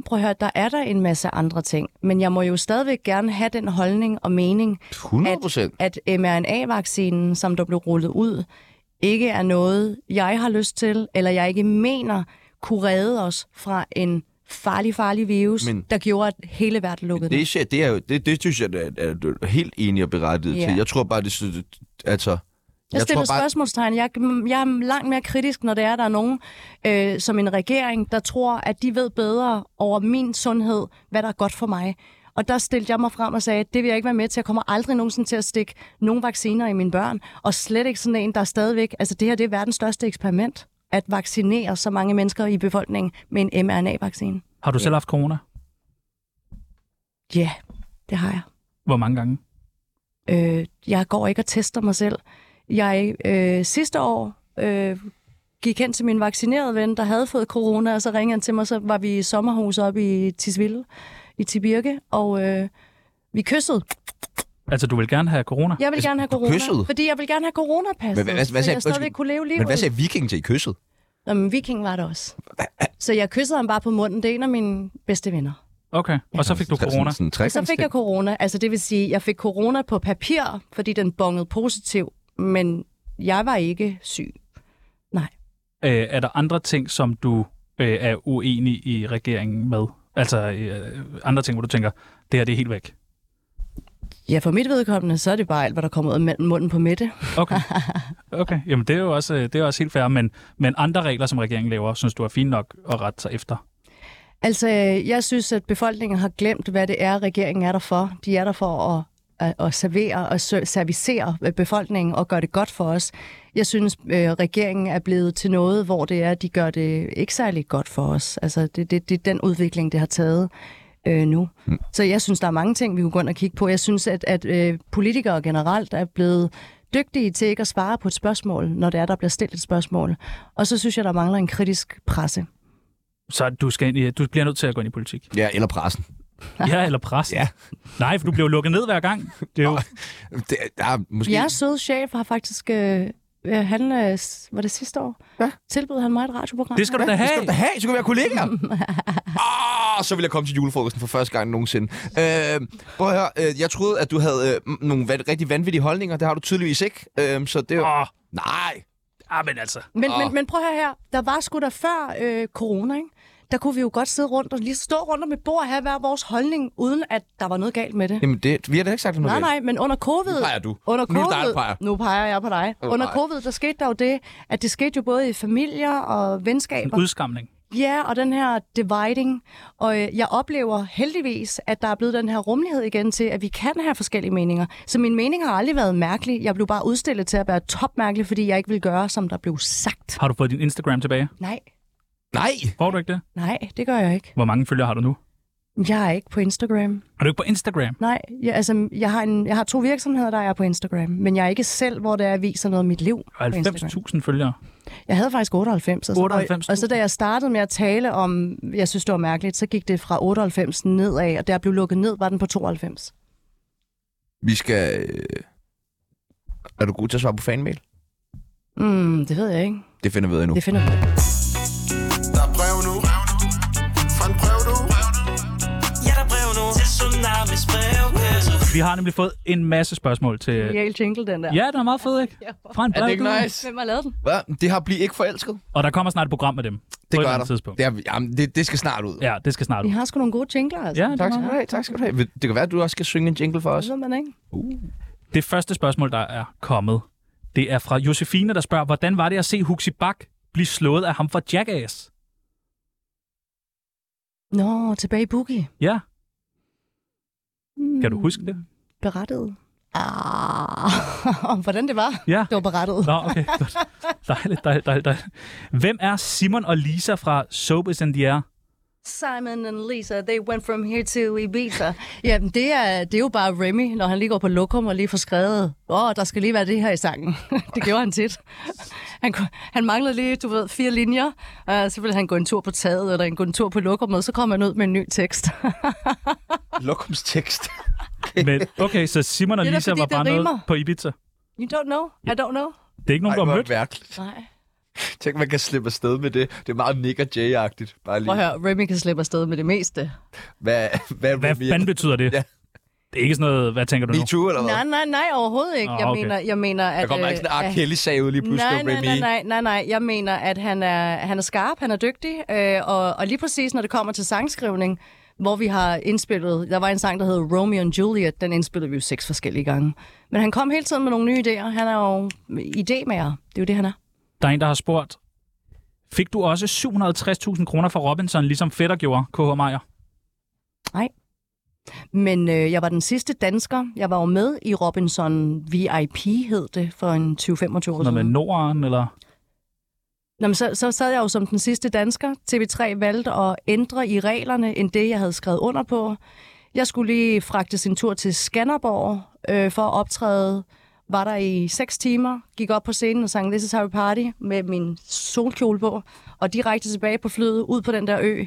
S4: Prøv at høre, der er der en masse andre ting, men jeg må jo stadigvæk gerne have den holdning og mening,
S1: 100 procent.
S4: at mRNA-vaccinen, som der blev rullet ud, ikke er noget, jeg har lyst til, eller jeg ikke mener kunne redde os fra en farlig, farlig virus,
S1: Men-
S4: men, der gjorde, at hele verden lukkede ned.
S1: Det, er- det, er jo, det, det synes jeg, at er, er helt enig og berettiget
S4: Ja.
S1: yeah. til. Jeg tror bare, det... sy- Altså, jeg,
S4: Jeg, stiller spørgsmålstegn. Jeg, jeg er langt mere kritisk, når det er, der er nogen øh, som en regering, der tror, at de ved bedre over min sundhed, hvad der er godt for mig. Og der stillede jeg mig frem og sagde, at det vil jeg ikke være med til. Jeg kommer aldrig nogensinde til at stikke nogen vacciner i mine børn. Og slet ikke sådan en, der er stadigvæk... Altså det her, det er verdens største eksperiment. At vaccinere så mange mennesker i befolkningen med en mRNA-vaccine.
S2: Har du selv haft corona?
S4: Ja, yeah, det har jeg.
S2: Hvor mange gange?
S4: Øh, jeg går ikke og tester mig selv. Jeg øh, sidste år øh, gik hen til min vaccinerede ven, der havde fået corona, og så ringede han til mig, så var vi i sommerhus oppe i Tisvilde, i Tibirke, og øh, vi kyssede.
S2: Altså, du vil gerne have corona?
S4: Jeg vil gerne have corona,
S1: Altså, kyssede?
S4: fordi jeg vil gerne have coronapasset,
S1: Men hvad- hvad- hvad
S4: så
S1: sagde-
S4: jeg stadigvæk
S1: undskyld.
S4: kunne leve livet.
S1: Men hvad sagde viking til i kysset?
S4: Nå, men viking var det også. Så jeg kyssede ham bare på munden. Det er en af mine bedste venner.
S2: Okay, og så fik du corona.
S1: Sådan,
S4: Og så fik jeg corona. Altså det vil sige, jeg fik corona på papir, fordi den bongede positiv, men jeg var ikke syg. Nej.
S2: Øh, er der andre ting, som du øh, er uenig i regeringen med? Altså øh, andre ting, hvor du tænker, det her det er helt væk.
S4: Ja, for mit vedkommende, så er det bare alt, hvad der kommer ud af mand- munden på Mette.
S2: Okay. Okay, jamen det er jo også, øh, det er også helt fair, men, men andre regler, som regeringen laver, synes du er fint nok at rette sig efter.
S4: Altså, jeg synes, at befolkningen har glemt, hvad det er, regeringen er der for. De er der for at, at, at servere og ser- servicere befolkningen og gøre det godt for os. Jeg synes, øh, regeringen er blevet til noget, hvor det er, at de gør det ikke særlig godt for os. Altså, det, det, det er den udvikling, det har taget øh, nu. Mm. Så jeg synes, der er mange ting, vi kunne gå ind og kigge på. Jeg synes, at, at øh, politikere generelt er blevet dygtige til ikke at svare på et spørgsmål, når det er, der bliver stillet et spørgsmål. Og så synes jeg, der mangler en kritisk presse.
S2: Så du, skal ind i, du bliver nødt til at gå ind i politik.
S1: Ja, eller pressen.
S2: Ja, eller præsten. Ja. Nej, for du bliver jo lukket ned hver gang. Det er jo,
S1: Det, der er måske...
S4: Jeres søde chef har faktisk... Øh, øh, han, øh, s- var det sidste år? Ja. Tilbød han mig et radioprogram?
S2: det skal du da
S1: Det
S2: have.
S1: skal du da have, så kan vi være kollegaer. Ah, så vil jeg komme til julefrokosten for første gang nogensinde. Øh, prøv at høre, øh, jeg troede, at du havde øh, m- nogle van- rigtig vanvittige holdninger. Det har du tydeligvis ikke. Øh, så det er jo...
S2: Åh,
S1: Nej,
S2: ah, men altså.
S4: Men, men, men prøv at høre her. Der var sgu da før øh, corona, ikke? Der kunne vi jo godt sidde rundt og lige stå rundt om et bord og have hver vores holdning, uden at der var noget galt med det.
S1: jamen det, vi har da ikke sagt noget
S4: Nej,
S1: galt.
S4: nej, men under covid... Nu
S1: peger du.
S4: Under
S1: Nu
S4: COVID,
S1: er det dig, der peger.
S4: Nu peger jeg på dig.
S1: Åh,
S4: under
S1: nej.
S4: covid, der skete der jo det, at det skete jo både i familier og
S2: En
S4: venskaber.
S2: udskamning.
S4: Ja, og den her dividing. Og øh, jeg oplever heldigvis, at der er blevet den her rummelighed igen til, at vi kan have forskellige meninger. Så min mening har aldrig været mærkelig. Jeg blev bare udstillet til at være topmærkelig, fordi jeg ikke ville gøre, som der blev sagt.
S2: Har du fået din Instagram tilbage?
S4: Nej,
S1: Nej!
S2: Får du ikke det?
S4: nej, det gør jeg ikke.
S2: Hvor mange følgere har du nu?
S4: Jeg er ikke på Instagram.
S2: Er du ikke på Instagram?
S4: Nej, jeg, altså, jeg, har en, jeg har to virksomheder, der er på Instagram. Men jeg er ikke selv, hvor det er, jeg viser noget af mit liv på Instagram.
S2: 90.000 følgere.
S4: Jeg havde faktisk 98. Og så,
S2: 98.000.
S4: Og, og så da jeg startede med at tale om, jeg synes, det var mærkeligt, så gik det fra 98 nedad, og da jeg blev lukket ned, var den på 92.
S1: Vi skal... Øh... Er du god til at svare på fanmail?
S4: Mm, det ved jeg ikke.
S1: Det finder vi ud af nu.
S4: Det finder jeg.
S8: Der er brev nu. Fra en brev nu.
S9: Ja, der er brev nu til Tsunamis brevkasse.
S2: Vi har nemlig fået en masse spørgsmål til...
S4: Det er helt jingle, den der.
S2: Ja, den er meget fed, ikke? Fra en
S1: Er det
S2: brev,
S1: ikke
S2: du-
S1: nice?
S4: Hvem har lavet den?
S1: Hvad? Det har blivet ikke forelsket.
S2: Og der kommer snart et program med dem.
S1: Det
S2: på et
S1: gør
S2: eller
S1: der.
S2: andet tidspunkt.
S1: Det, er, jamen, det, det skal snart ud.
S2: Ja, det skal snart
S4: I
S2: ud.
S4: har sgu nogle gode jingler, altså.
S2: Ja, det
S1: Tak
S2: er
S1: skal du
S2: meget-
S1: have. Tak skal du have. Vil- Det kan være, at du også skal synge en jingle for os.
S4: Det ved man ikke.
S2: Det første spørgsmål, der er kommet, det er fra Josefine, der spørger, hvordan var det at se Huxi Bak blive slået af ham fra Jackass?
S4: Nå, tilbage i Boogie.
S2: Ja,
S4: Mm,
S2: kan du huske det?
S4: Berettet. Ah, hvordan det var?
S2: Ja.
S4: Det var berettet.
S2: Nå, okay. Godt. Dejligt, dejligt, dejligt, dejligt. Hvem er Simon og Lisa fra Soap is in the Air?
S4: Simon and Lisa, they went from here to Ibiza. Jamen, det er, det er jo bare Remy, når han lige går på lokum og lige får skrevet, åh, oh, der skal lige være det her i sangen. det gjorde han tit. Han, kunne- han manglede lige, du ved, fire linjer, og så ville han gå en tur på taget, eller en, gå en tur på lokum, og så kom han ud med en ny tekst. det
S1: Lokums tekst.
S2: Men, okay, så Simon og
S4: Det er da,
S2: Lisa
S4: fordi
S2: var
S4: det
S2: bare
S4: rimer.
S2: noget på Ibiza.
S4: You don't know? I don't know?
S2: Det er ikke nogen,
S1: Ej, hvor
S2: du har
S1: er
S2: mødt.
S1: det mærkeligt.
S4: Nej.
S1: Tænk, man kan slippe afsted med det. Det er meget Nick og Jay-agtigt. Bare
S4: Prøv at
S1: lige.
S4: høre, Remy kan slippe afsted med det meste.
S1: Hvad, hvad,
S2: Hvad fanden betyder det?
S1: Ja.
S2: Det er ikke sådan noget, hvad tænker du nu?
S1: Me too, eller hvad?
S4: Nej, nej, nej, overhovedet ikke.
S2: Nå,
S4: Jeg
S2: okay.
S4: mener, jeg mener at...
S1: Ah, Der kommer
S4: øh,
S1: ikke sådan en R.
S4: at-
S1: Kelly-sag ud lige pludselig.
S4: Nej,
S1: om
S4: nej, nej,
S1: Remy.
S4: nej, nej, nej. Jeg mener, at han er, han er skarp, han er dygtig, øh, og, og lige præcis når det kommer til sangskrivning, hvor vi har indspillet, der var en sang, der hed Romeo and Juliet, den indspillede vi jo seks forskellige gange. Men han kom hele tiden med nogle nye idéer. Han er jo idémager. Det er jo det, han er.
S2: Der er en, der har spurgt, fik du også 750.000 kroner fra Robinson, ligesom fætter gjorde, KH Meier?
S4: Men øh, jeg var den sidste dansker. Jeg var jo med i Robinson VIP, hed det, for en 20-25 år
S2: Noget med
S4: siden.
S2: Norden, eller...
S4: Nå, men så, så sad jeg jo som den sidste dansker. TV3 valgte at ændre i reglerne end det, jeg havde skrevet under på. Jeg skulle lige fragtes en tur til Skanderborg øh, for at optræde. Var der i 6 timer, gik op på scenen og sang This is Harry Party med min solkjole på, og direkte tilbage på flyet ud på den der ø.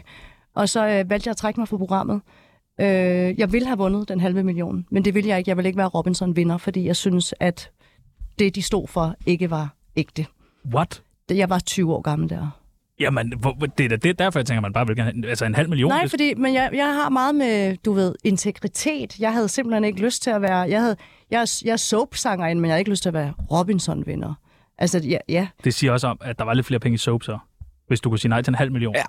S4: Og så øh, valgte jeg at trække mig fra programmet. Øh, jeg ville have vundet den halve million, men det ville jeg ikke. Jeg ville ikke være Robinson-vinder, fordi jeg synes, at det, de stod for, ikke var ægte.
S2: What?
S4: Jeg var 20 år gammel der.
S2: Jamen, hvor, hvor- det er da det, derfor, jeg tænker, man bare vil gerne... Altså, en halv million.
S4: Nej,
S2: hvis-
S4: fordi, men jeg, jeg har meget med, du ved, integritet. Jeg havde simpelthen ikke lyst til at være... Jeg, havde, jeg, er- jeg er soapsanger men jeg havde ikke lyst til at være Robinson-vinder. Altså, ja, ja.
S2: Det siger også om, at der var lidt flere penge i soap, så. Hvis du kunne sige nej til en halv million.
S1: Ja.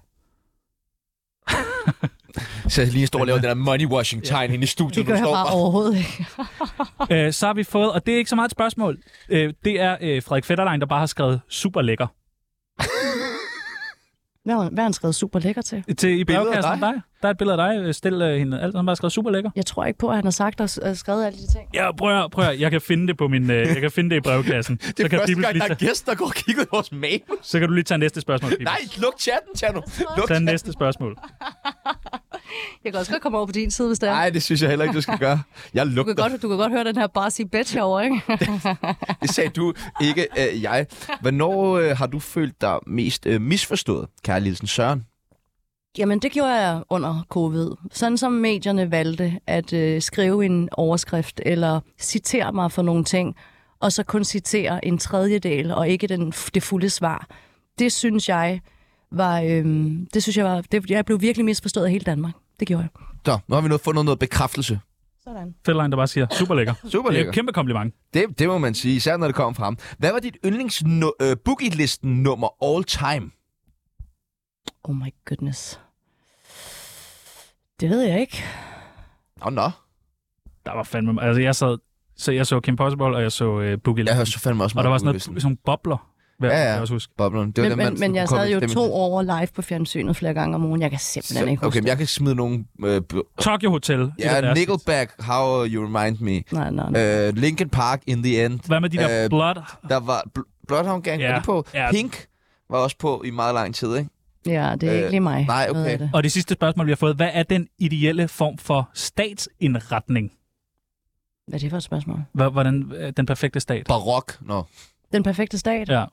S1: Så lige står og laver den der money washing tegn inde i studiet,
S4: Det gør
S1: du
S4: jeg
S1: står
S4: bare overhovedet ikke.
S2: Øh, så har vi fået, og det er ikke så meget et spørgsmål, øh, det er øh, Frederik Fetterlein, der bare har skrevet super lækker
S4: Hvad har- hvad har han skrevet super lækker til?
S2: til i
S1: Billede af
S2: brevkassen.
S1: dig?
S2: Der, der er et billede af dig, øh, stil øh, hende, alt, han har bare skrevet super lækker.
S4: Jeg tror ikke på, at han har sagt og s- og skrevet alle de ting.
S2: Ja, prøv at, prøv at, jeg kan finde det på min, øh, jeg kan finde det i brevkassen. det så,
S1: Det er
S2: kan
S1: første
S2: Bibels
S1: gang,
S2: lige
S1: der er
S2: tage,
S1: gæst, der går og kigger ud i vores mail.
S2: så kan du lige tage næste spørgsmål. Bibels.
S1: Nej, luk chatten, Tjerno. Luk
S2: Tag
S1: chatten.
S2: næste spørgsmål.
S4: Jeg kan også godt komme over på din side, hvis det er.
S1: Nej, det synes jeg heller ikke, du skal gøre. Jeg
S4: Du kan,
S1: lugter.
S4: godt, du kan godt høre den her bare sige bitch herovre, ikke?
S1: Det sagde du, ikke øh, jeg. Hvornår øh, har du følt dig mest øh, misforstået, Kære Lilsen Søren?
S4: Jamen, det gjorde jeg under covid. Sådan som medierne valgte at øh, skrive en overskrift eller citere mig for nogle ting, og så kun citere en tredjedel og ikke den, det fulde svar. Det synes jeg var... Øhm, det synes jeg var... Det, jeg blev virkelig misforstået af hele Danmark. Det gjorde jeg.
S1: Så, nu har vi noget, fundet noget bekræftelse.
S4: Sådan.
S2: Fetterlein, der bare siger super lækker.
S1: Super
S2: Det er
S1: lækker.
S2: et kæmpe kompliment.
S1: Det, det må man sige, især når det kommer fra ham. Hvad var dit yndlings no, øh, boogie-listen nummer all time?
S4: Oh my goodness. Det ved jeg ikke.
S1: Nå, nå.
S2: Der var fandme... Altså, jeg sad... Så jeg så Kim Possible, og jeg så øh, Boogie
S1: Jeg
S2: Listen.
S1: hørte så fandme også
S2: Og der var
S1: meget
S2: sådan noget,
S1: boogie-listen.
S2: sådan nogle bobler, hvad
S1: Ja,
S2: ja,
S1: ja.
S2: ja. jeg også husker.
S1: Boblen. Det var
S4: Men,
S1: den, man
S4: men, men jeg
S1: kunne
S4: sad
S1: komme
S4: jo
S1: i
S4: to
S1: stemning
S4: år live på fjernsynet flere gange om ugen. Jeg kan simpelthen
S1: til.
S4: ikke
S1: Så,
S4: huske
S1: okay, men jeg kan smide nogle... Øh, b-
S2: Tokyo Hotel. et af
S1: ja,
S2: deres
S1: Nickelback, How You Remind Me.
S4: det. Nej, nej, nej.
S1: Øh, Linkin Park, In The End.
S2: hits. Hvad med de der
S1: Øh,
S2: øh, blood?
S1: Der var Bl- Bloodhound Gang,
S2: Ja,
S1: var de på?
S2: ja.
S1: Pink var også på i meget lang tid, ikke?
S4: Ja, det er ikke
S1: øh,
S4: lige mig.
S1: nej,
S4: noget
S1: okay.
S4: af det.
S2: Og det sidste spørgsmål, vi har fået. Hvad er den ideelle form for statsindretning?
S4: Hvad er det for et spørgsmål?
S2: Hva- Hvordan øh, den perfekte stat?
S1: Barok. Nå.
S4: Den perfekte stat?
S2: Ja.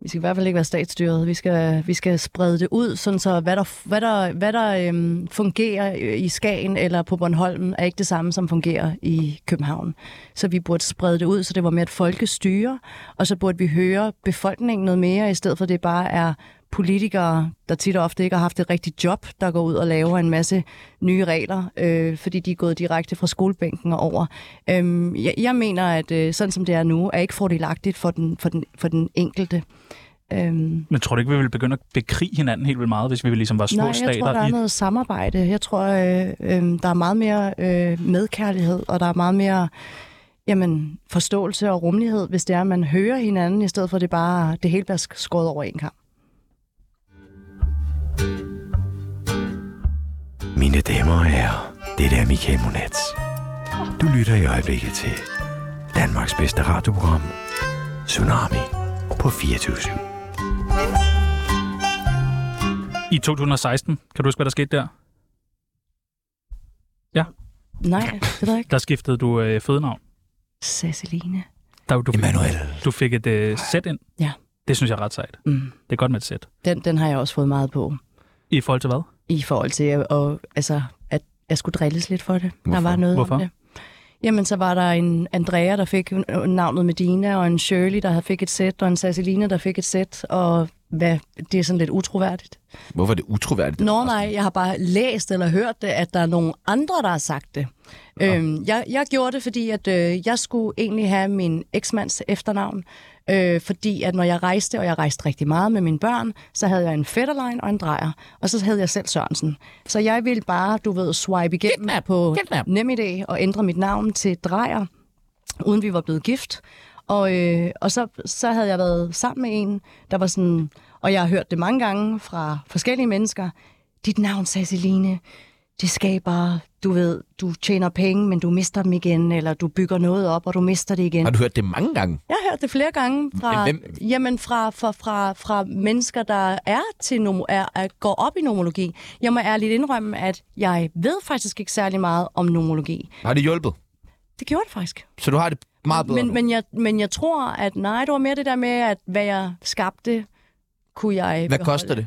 S4: Vi skal i hvert fald ikke være statsstyret. Vi skal, vi skal sprede det ud, sådan så hvad der, hvad der, hvad der øhm, fungerer øh, i Skagen eller på Bornholm, er ikke det samme, som fungerer i København. Så vi burde sprede det ud, så det var mere et folkestyre, og så burde vi høre befolkningen noget mere, i stedet for at det bare er politikere, der tit og ofte ikke har haft et rigtigt job, der går ud og laver en masse nye regler, øh, fordi de er gået direkte fra skolebænken og over. Øhm, jeg, jeg mener, at øh, sådan som det er nu, er ikke fordelagtigt for den, for den, for den enkelte. Øhm,
S2: Men tror du ikke, vi ville begynde at bekrige hinanden helt vildt meget, hvis vi ligesom var små
S4: nej, jeg
S2: stater?
S4: tror, der er
S2: i...
S4: noget samarbejde. Jeg tror, øh, øh, der er meget mere øh, medkærlighed, og der er meget mere jamen, forståelse og rummelighed, hvis det er, at man hører hinanden, i stedet for at det bare det hele bliver sk- skåret over en kamp.
S10: Mine damer og herrer, det er Michael Monats. Du lytter i øjeblikket til Danmarks bedste radioprogram, Tsunami på 24
S2: I 2016, kan du huske, hvad der skete der?
S4: Nej, det ved jeg ikke.
S2: Der skiftede du øh, fødenavn.
S4: Ceciline.
S2: Der, du, fik,
S10: Emanuel.
S2: du fik et øh, sæt ind.
S4: Ja.
S2: Det synes jeg er ret sejt.
S4: Mm.
S2: Det er godt med et sæt.
S4: Den, den har jeg også fået meget på.
S2: I forhold til hvad?
S4: i forhold til, at, og, altså, at jeg skulle drilles lidt for det. Hvorfor? Der var noget
S2: Hvorfor?
S4: om det. Jamen, så var der en Andrea, der fik navnet Medina, og en Shirley, der havde fik et sæt, og en Ceciline, der fik et sæt, og hvad, det er sådan lidt utroværdigt.
S1: Hvorfor er det utroværdigt?
S4: Nå nej, jeg har bare læst eller hørt det, at der er nogen andre, der har sagt det. Øhm, jeg, jeg gjorde det, fordi at, øh, jeg skulle egentlig have min eksmands efternavn, øh, fordi at når jeg rejste, og jeg rejste rigtig meget med mine børn, så havde jeg en fætterlein og en drejer, og så havde jeg selv Sørensen. Så jeg ville bare, du ved, swipe igennem Kidnap. på NemID og ændre mit navn til drejer uden vi var blevet gift. Og, øh, og så, så havde jeg været sammen med en, der var sådan, og jeg har hørt det mange gange fra forskellige mennesker, dit navn, Ceciline, det skaber, du ved, du tjener penge, men du mister dem igen, eller du bygger noget op, og du mister det igen.
S1: Har du hørt det mange gange?
S4: Jeg har hørt det flere gange fra,
S1: Men hvem-
S4: jamen fra, fra, fra, fra mennesker, der er til nomo, er, er, går op i nomologi. Jeg må ærligt indrømme, at jeg ved faktisk ikke særlig meget om nomologi.
S1: Har det hjulpet?
S4: Det gjorde det faktisk.
S1: Så du har det meget bedre
S4: Men,
S1: nu?
S4: men, jeg, men jeg tror, at nej, det var mere det der med, at hvad jeg skabte, kunne jeg
S1: Hvad
S4: beholde.
S1: koster det?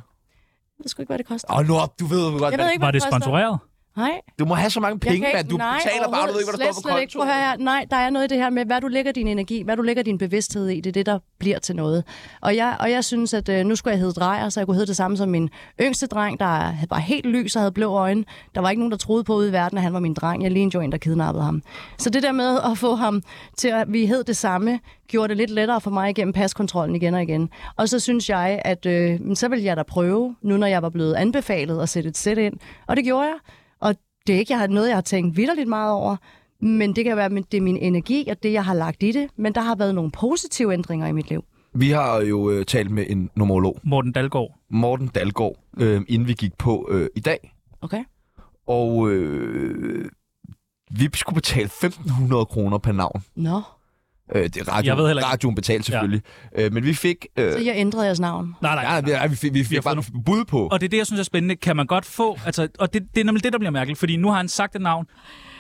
S4: Jeg ved sgu ikke, hvad det koster.
S1: Åh, oh, nu op, du ved jo godt.
S4: Jeg ved
S1: hvad-
S4: ikke,
S2: Var
S4: hvad
S2: det
S4: koster.
S2: sponsoreret?
S4: Nej.
S1: Du må have så mange
S4: Jeg
S1: penge,
S4: kan
S1: mand. Du
S4: ikke- nej,
S1: betaler bare, du ved ikke, hvad der
S4: overhovedet.
S1: står på
S4: Slet, slet ikke.
S1: kontoen.
S4: Prøv at høre her. Nej, der er noget i det her med, hvad du lægger din energi, hvad du lægger din bevidsthed i, det er det, der bliver til noget. Og jeg, og jeg synes, at øh, nu skulle jeg hedde Drejer, så jeg kunne hedde det samme som min yngste dreng, der var helt lys og havde blå øjne. Der var ikke nogen, der troede på ude i verden, at han var min dreng. Jeg lignede jo en, der kidnappede ham. Så det der med at få ham til, at vi hed det samme, gjorde det lidt lettere for mig igennem paskontrollen igen og igen. Og så synes jeg, at øh, så ville jeg da prøve, nu når jeg var blevet anbefalet at sætte et sæt ind. Og det gjorde jeg. Og det er ikke jeg har, noget, jeg har tænkt vidderligt meget over, men det kan være, at det er min energi og det, jeg har lagt i det. Men der har været nogle positive ændringer i mit liv.
S1: Vi har jo øh, talt med en nomolog.
S2: Morten Dalgaard.
S1: Morten Dalgaard, øh, inden vi gik på øh, i dag.
S4: Okay.
S1: Og øh, vi skulle betale 1.500 kroner per navn.
S4: Nå,
S1: Øh, det er radio,
S2: Jeg ved heller ikke.
S1: radioen betalte selvfølgelig. Ja. Øh, men vi fik... Øh,
S4: så jeg ændrede jeres navn.
S2: Nej, nej.
S1: nej, nej, nej, vi fik, vi fik
S2: har
S1: bare
S2: fået
S1: nogle bud på.
S2: Og det er det, jeg synes er spændende. Kan man godt få... Altså, og det, det er nemlig det, der bliver mærkeligt, fordi nu har han sagt et navn.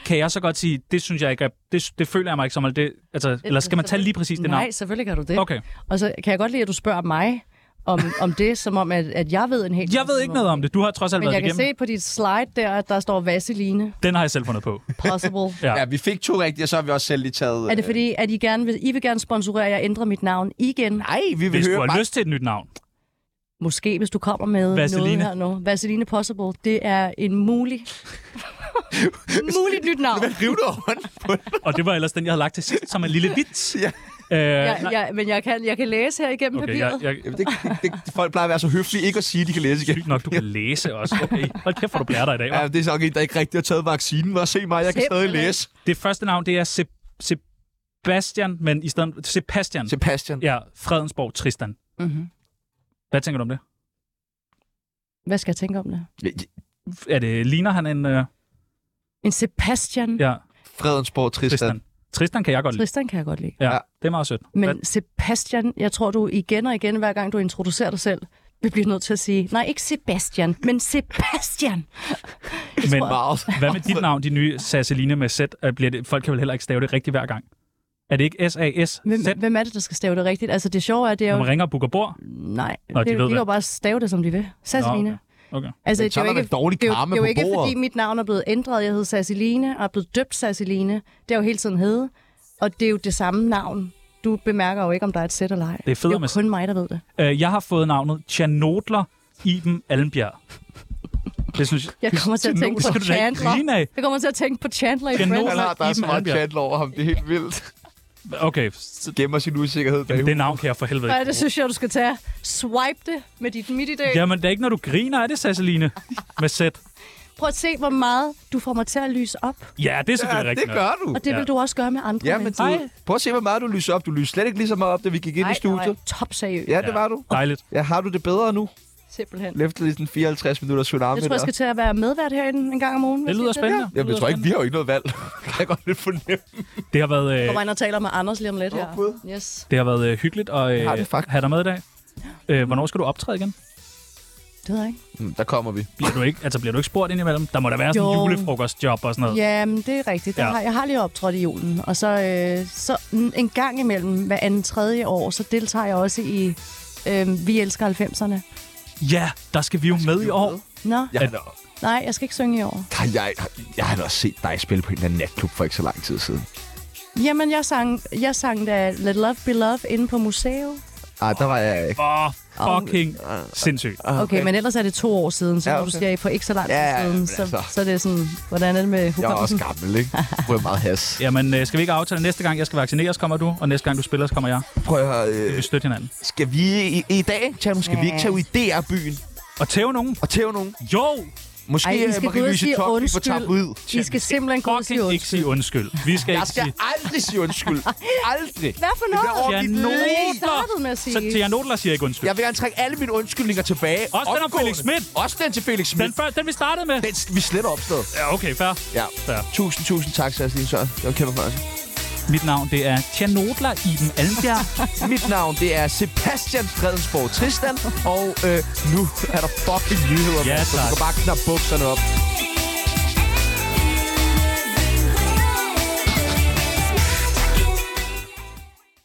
S2: Kan jeg så godt sige, det synes jeg ikke er, det, det føler jeg mig ikke som, eller, det, altså, eller skal man tage lige præcis det
S4: Nej,
S2: navn?
S4: selvfølgelig kan du det.
S2: Okay.
S4: Og så kan jeg godt lide, at du spørger mig om, om det, som om, at, at jeg ved en hel
S2: Jeg ved ikke noget om det. Du har trods alt
S4: Men
S2: været
S4: jeg kan
S2: igennem.
S4: se på dit slide der, at der står Vaseline.
S2: Den har jeg selv fundet på.
S4: Possible.
S2: Ja.
S1: Ja, vi fik to rigtige, og så har vi også selv lige taget...
S4: Er det fordi, at I, gerne vil, I vil gerne sponsorere, at jeg ændrer mit navn igen?
S1: øh, Nej, vi vil
S2: Hvis
S1: høre...
S2: du har
S1: bare-
S2: lyst til et nyt navn.
S4: Måske, hvis du kommer med noget
S2: Vaseline.
S4: her nu. Vaseline Possible, det er en mulig... muligt nyt navn.
S1: Riv dig hånden på det.
S2: Og det var ellers den, jeg havde lagt til sidst, som en lille vits.
S1: Ja.
S2: Øh,
S4: Jeg,
S2: nej,
S4: jeg, men jeg kan, jeg kan læse her igennem
S2: okay, jeg,
S4: papiret.
S2: jeg,
S1: Jamen, det, det, det, folk plejer at være så høflige ikke at sige, at de kan læse igen.
S2: sygt nok, du kan læse også. Okay. Hold kæft, hvor du blærer dig i dag.
S1: Ja,
S2: hva'?
S1: det er så okay, der ikke rigtig har taget vaccinen. Var se mig, jeg kan stadig
S4: Simpelthen.
S1: læse.
S2: Det første navn, det er Seb- Sebastian, men i stedet Sebastian.
S1: Sebastian.
S2: Ja, Fredensborg Tristan.
S4: Mm-hmm.
S2: Hvad tænker du om det?
S4: Hvad skal jeg tænke om det?
S2: Er det, ligner han en... Øh,
S4: En Sebastian.
S2: ja,
S1: Fredensborg Tristan.
S2: Tristan. Tristan kan jeg godt lide.
S4: Tristan kan jeg godt lide.
S2: Ja,
S1: Ja.
S2: det er meget sødt.
S4: Men
S2: Hvad-
S4: Sebastian, jeg tror, du igen og igen, hver gang du introducerer dig selv, vil blive nødt til at sige, nej, ikke Sebastian, men Sebastian. Jeg
S2: Men-
S4: tror,
S1: Meget.
S2: Hvad med dit navn, de nye Sasseline med Z? Øh, Bliver det, folk kan vel heller ikke stave det rigtigt hver gang. Er det ikke S-A-S? Z?
S4: hvem, hvem er det, der skal stave det rigtigt? Altså, det sjove er, det er
S2: Når
S4: jo...
S2: man ringer og booker bord?
S4: Nej,
S2: Nå, de
S4: det, de,
S2: ved
S4: kan
S2: det.
S4: jo bare stave det, som de vil. Sasseline.
S2: Nå, Okay.
S4: Altså,
S1: Men
S4: det
S1: så
S4: er jo
S1: er der
S4: ikke,
S1: vel dårlig
S4: det er jo,
S1: karma
S4: det er jo
S1: på
S4: ikke
S1: bordet.
S4: fordi mit navn er blevet ændret. Jeg hedder Sassiline og er blevet døbt Sassiline. Det er jo hele tiden hede. Og det er jo det samme navn. Du bemærker jo ikke, om der er et sæt eller ej.
S2: Det er
S4: det er
S2: federe
S4: jo
S2: med...
S4: kun mig, der ved det.
S2: Øh, jeg har fået navnet Tjanodler Iben Almbjerg. Det synes jeg...
S4: Jeg kommer til at tænke
S2: Skal
S4: på
S2: du da ikke grine
S4: Chandler.
S2: af?
S4: Jeg kommer til at tænke på Chandler i
S2: Skal nu-
S4: Friends.
S1: Han har, der er så
S2: Iben
S1: meget
S2: Almbjerg.
S1: chat over ham. Det er helt vildt.
S2: Okay, så,
S1: Gemmer sin usikkerhed bag
S2: jamen, det
S1: det...
S2: navn kan jeg for helvede
S4: Nej,
S2: ikke.
S4: det synes jeg, du skal tage. Swipe det med dit midt i dag.
S2: Jamen, det er ikke, når du griner, er det, Sasseline? Med Z.
S4: Prøv at se, hvor meget du får mig til at lyse op.
S2: Ja, det er selvfølgelig
S1: Ja,
S2: rigtigt.
S1: det gør du.
S4: Og det
S2: Ja.
S4: vil du også gøre med andre
S1: Ja, men
S4: mennesker.
S1: du, prøv at se, hvor meget du lyser op. Du lyser slet ikke lige så meget op, da vi gik ind i studiet.
S4: top seriøst.
S1: Ja, det var du.
S2: Dejligt.
S1: Ja, har du det bedre nu?
S4: Simpelthen.
S1: Efter lige sådan 54 minutter tsunami.
S4: Jeg tror, jeg skal til at være medvært herinde en gang om ugen.
S2: Det lyder spændende.
S1: Jamen, jeg
S2: lyder
S1: tror ikke,
S2: spændende.
S1: vi har jo ikke noget valg. kan jeg godt lidt fornemme.
S2: Det har været, øh,
S4: Kom ind og taler med Anders lige om lidt her.
S1: Gud.
S4: Yes,
S2: det har været øh, hyggeligt at øh,
S1: har det faktisk.
S2: have dig med i dag. Øh, hvornår skal du optræde igen?
S4: det ved jeg ikke.
S1: Mm, Der kommer vi.
S2: Bliver du ikke, altså, bliver du ikke spurgt indimellem? Der må da være sådan en
S4: Jo.
S2: julefrokostjob og sådan noget.
S4: Ja, men det er rigtigt. Der
S2: Ja.
S4: har, jeg har lige optrådt i julen. Og så, øh, så n- en gang imellem, hver anden tredje år, så deltager jeg også i øh, Vi elsker 90'erne.
S2: Ja, der skal vi jo med i år. Altså,
S4: Nå,
S1: Jeg,
S2: At-
S4: nej, jeg skal ikke synge i år.
S1: har, jeg, jeg har da også set dig spille på en eller anden natklub for ikke så lang tid siden.
S4: Jamen, jeg sang, jeg sang da Let Love Be Love inde på museet.
S1: Ej, der var jeg ikke.
S2: Åh, oh, fucking sindssygt.
S4: Okay, okay, men ellers er det to år siden, så
S1: Ah, Ja,
S4: ja, okay.
S1: okay.
S4: du siger, på ikke så lang tid
S1: Ja, ja, men
S4: siden. Så,
S1: altså.
S4: så er det sådan, hvordan er det med
S1: Jeg var også
S4: hukommelsen?
S1: gammel, ikke? Hvor meget has.
S2: Jamen, øh, skal vi ikke aftale, at næste gang jeg skal vaccineres, kommer du, og næste gang du spiller, så kommer jeg.
S1: Prøv at høre, øh,
S2: Vi støtter hinanden.
S1: skal vi i, i dag, Tjerno, skal vi ikke tage ud i DR-byen
S2: Og tæve nogen.
S1: og tæve nogen?
S2: Jo!
S1: Måske øh,
S4: Ej, I skal gå ud og sige
S1: Toft, vi får
S4: undskyld.
S1: tabt ud.
S4: I skal simpelthen gå og sige
S2: Fucking ikke sige
S4: undskyld.
S2: undskyld. Vi skal
S1: Jeg
S2: ikke
S1: skal
S2: sige...
S1: aldrig sige undskyld. Aldrig.
S4: Hvad for
S1: Det
S4: noget?
S1: der
S2: Jan
S1: ordentligt
S4: Jeg
S1: liv.
S4: startede med at sige.
S2: Så Tia Nodler siger ikke undskyld.
S1: Jeg vil gerne trække alle mine undskyldninger tilbage.
S2: Også den om
S1: Omgående.
S2: Felix Schmidt.
S1: Også den til Felix
S2: Den,
S1: Schmidt.
S2: før, den vi startede med.
S1: Den, vi sletter opstået.
S2: Ja, okay, fair.
S1: Ja.
S2: fair.
S1: Tusind, tusind tak, Sasslin Søren. Det var en kæmpe fornøjelse.
S2: Mit navn, det er Tia Nodler Iben Almbjerg.
S1: Mit navn, det er Sebastian Fredensborg Tristan. Og øh, nu er der fucking nyheder.
S2: Ja,
S1: mand. Så
S2: tak.
S1: Du kan bare knappe bukserne op.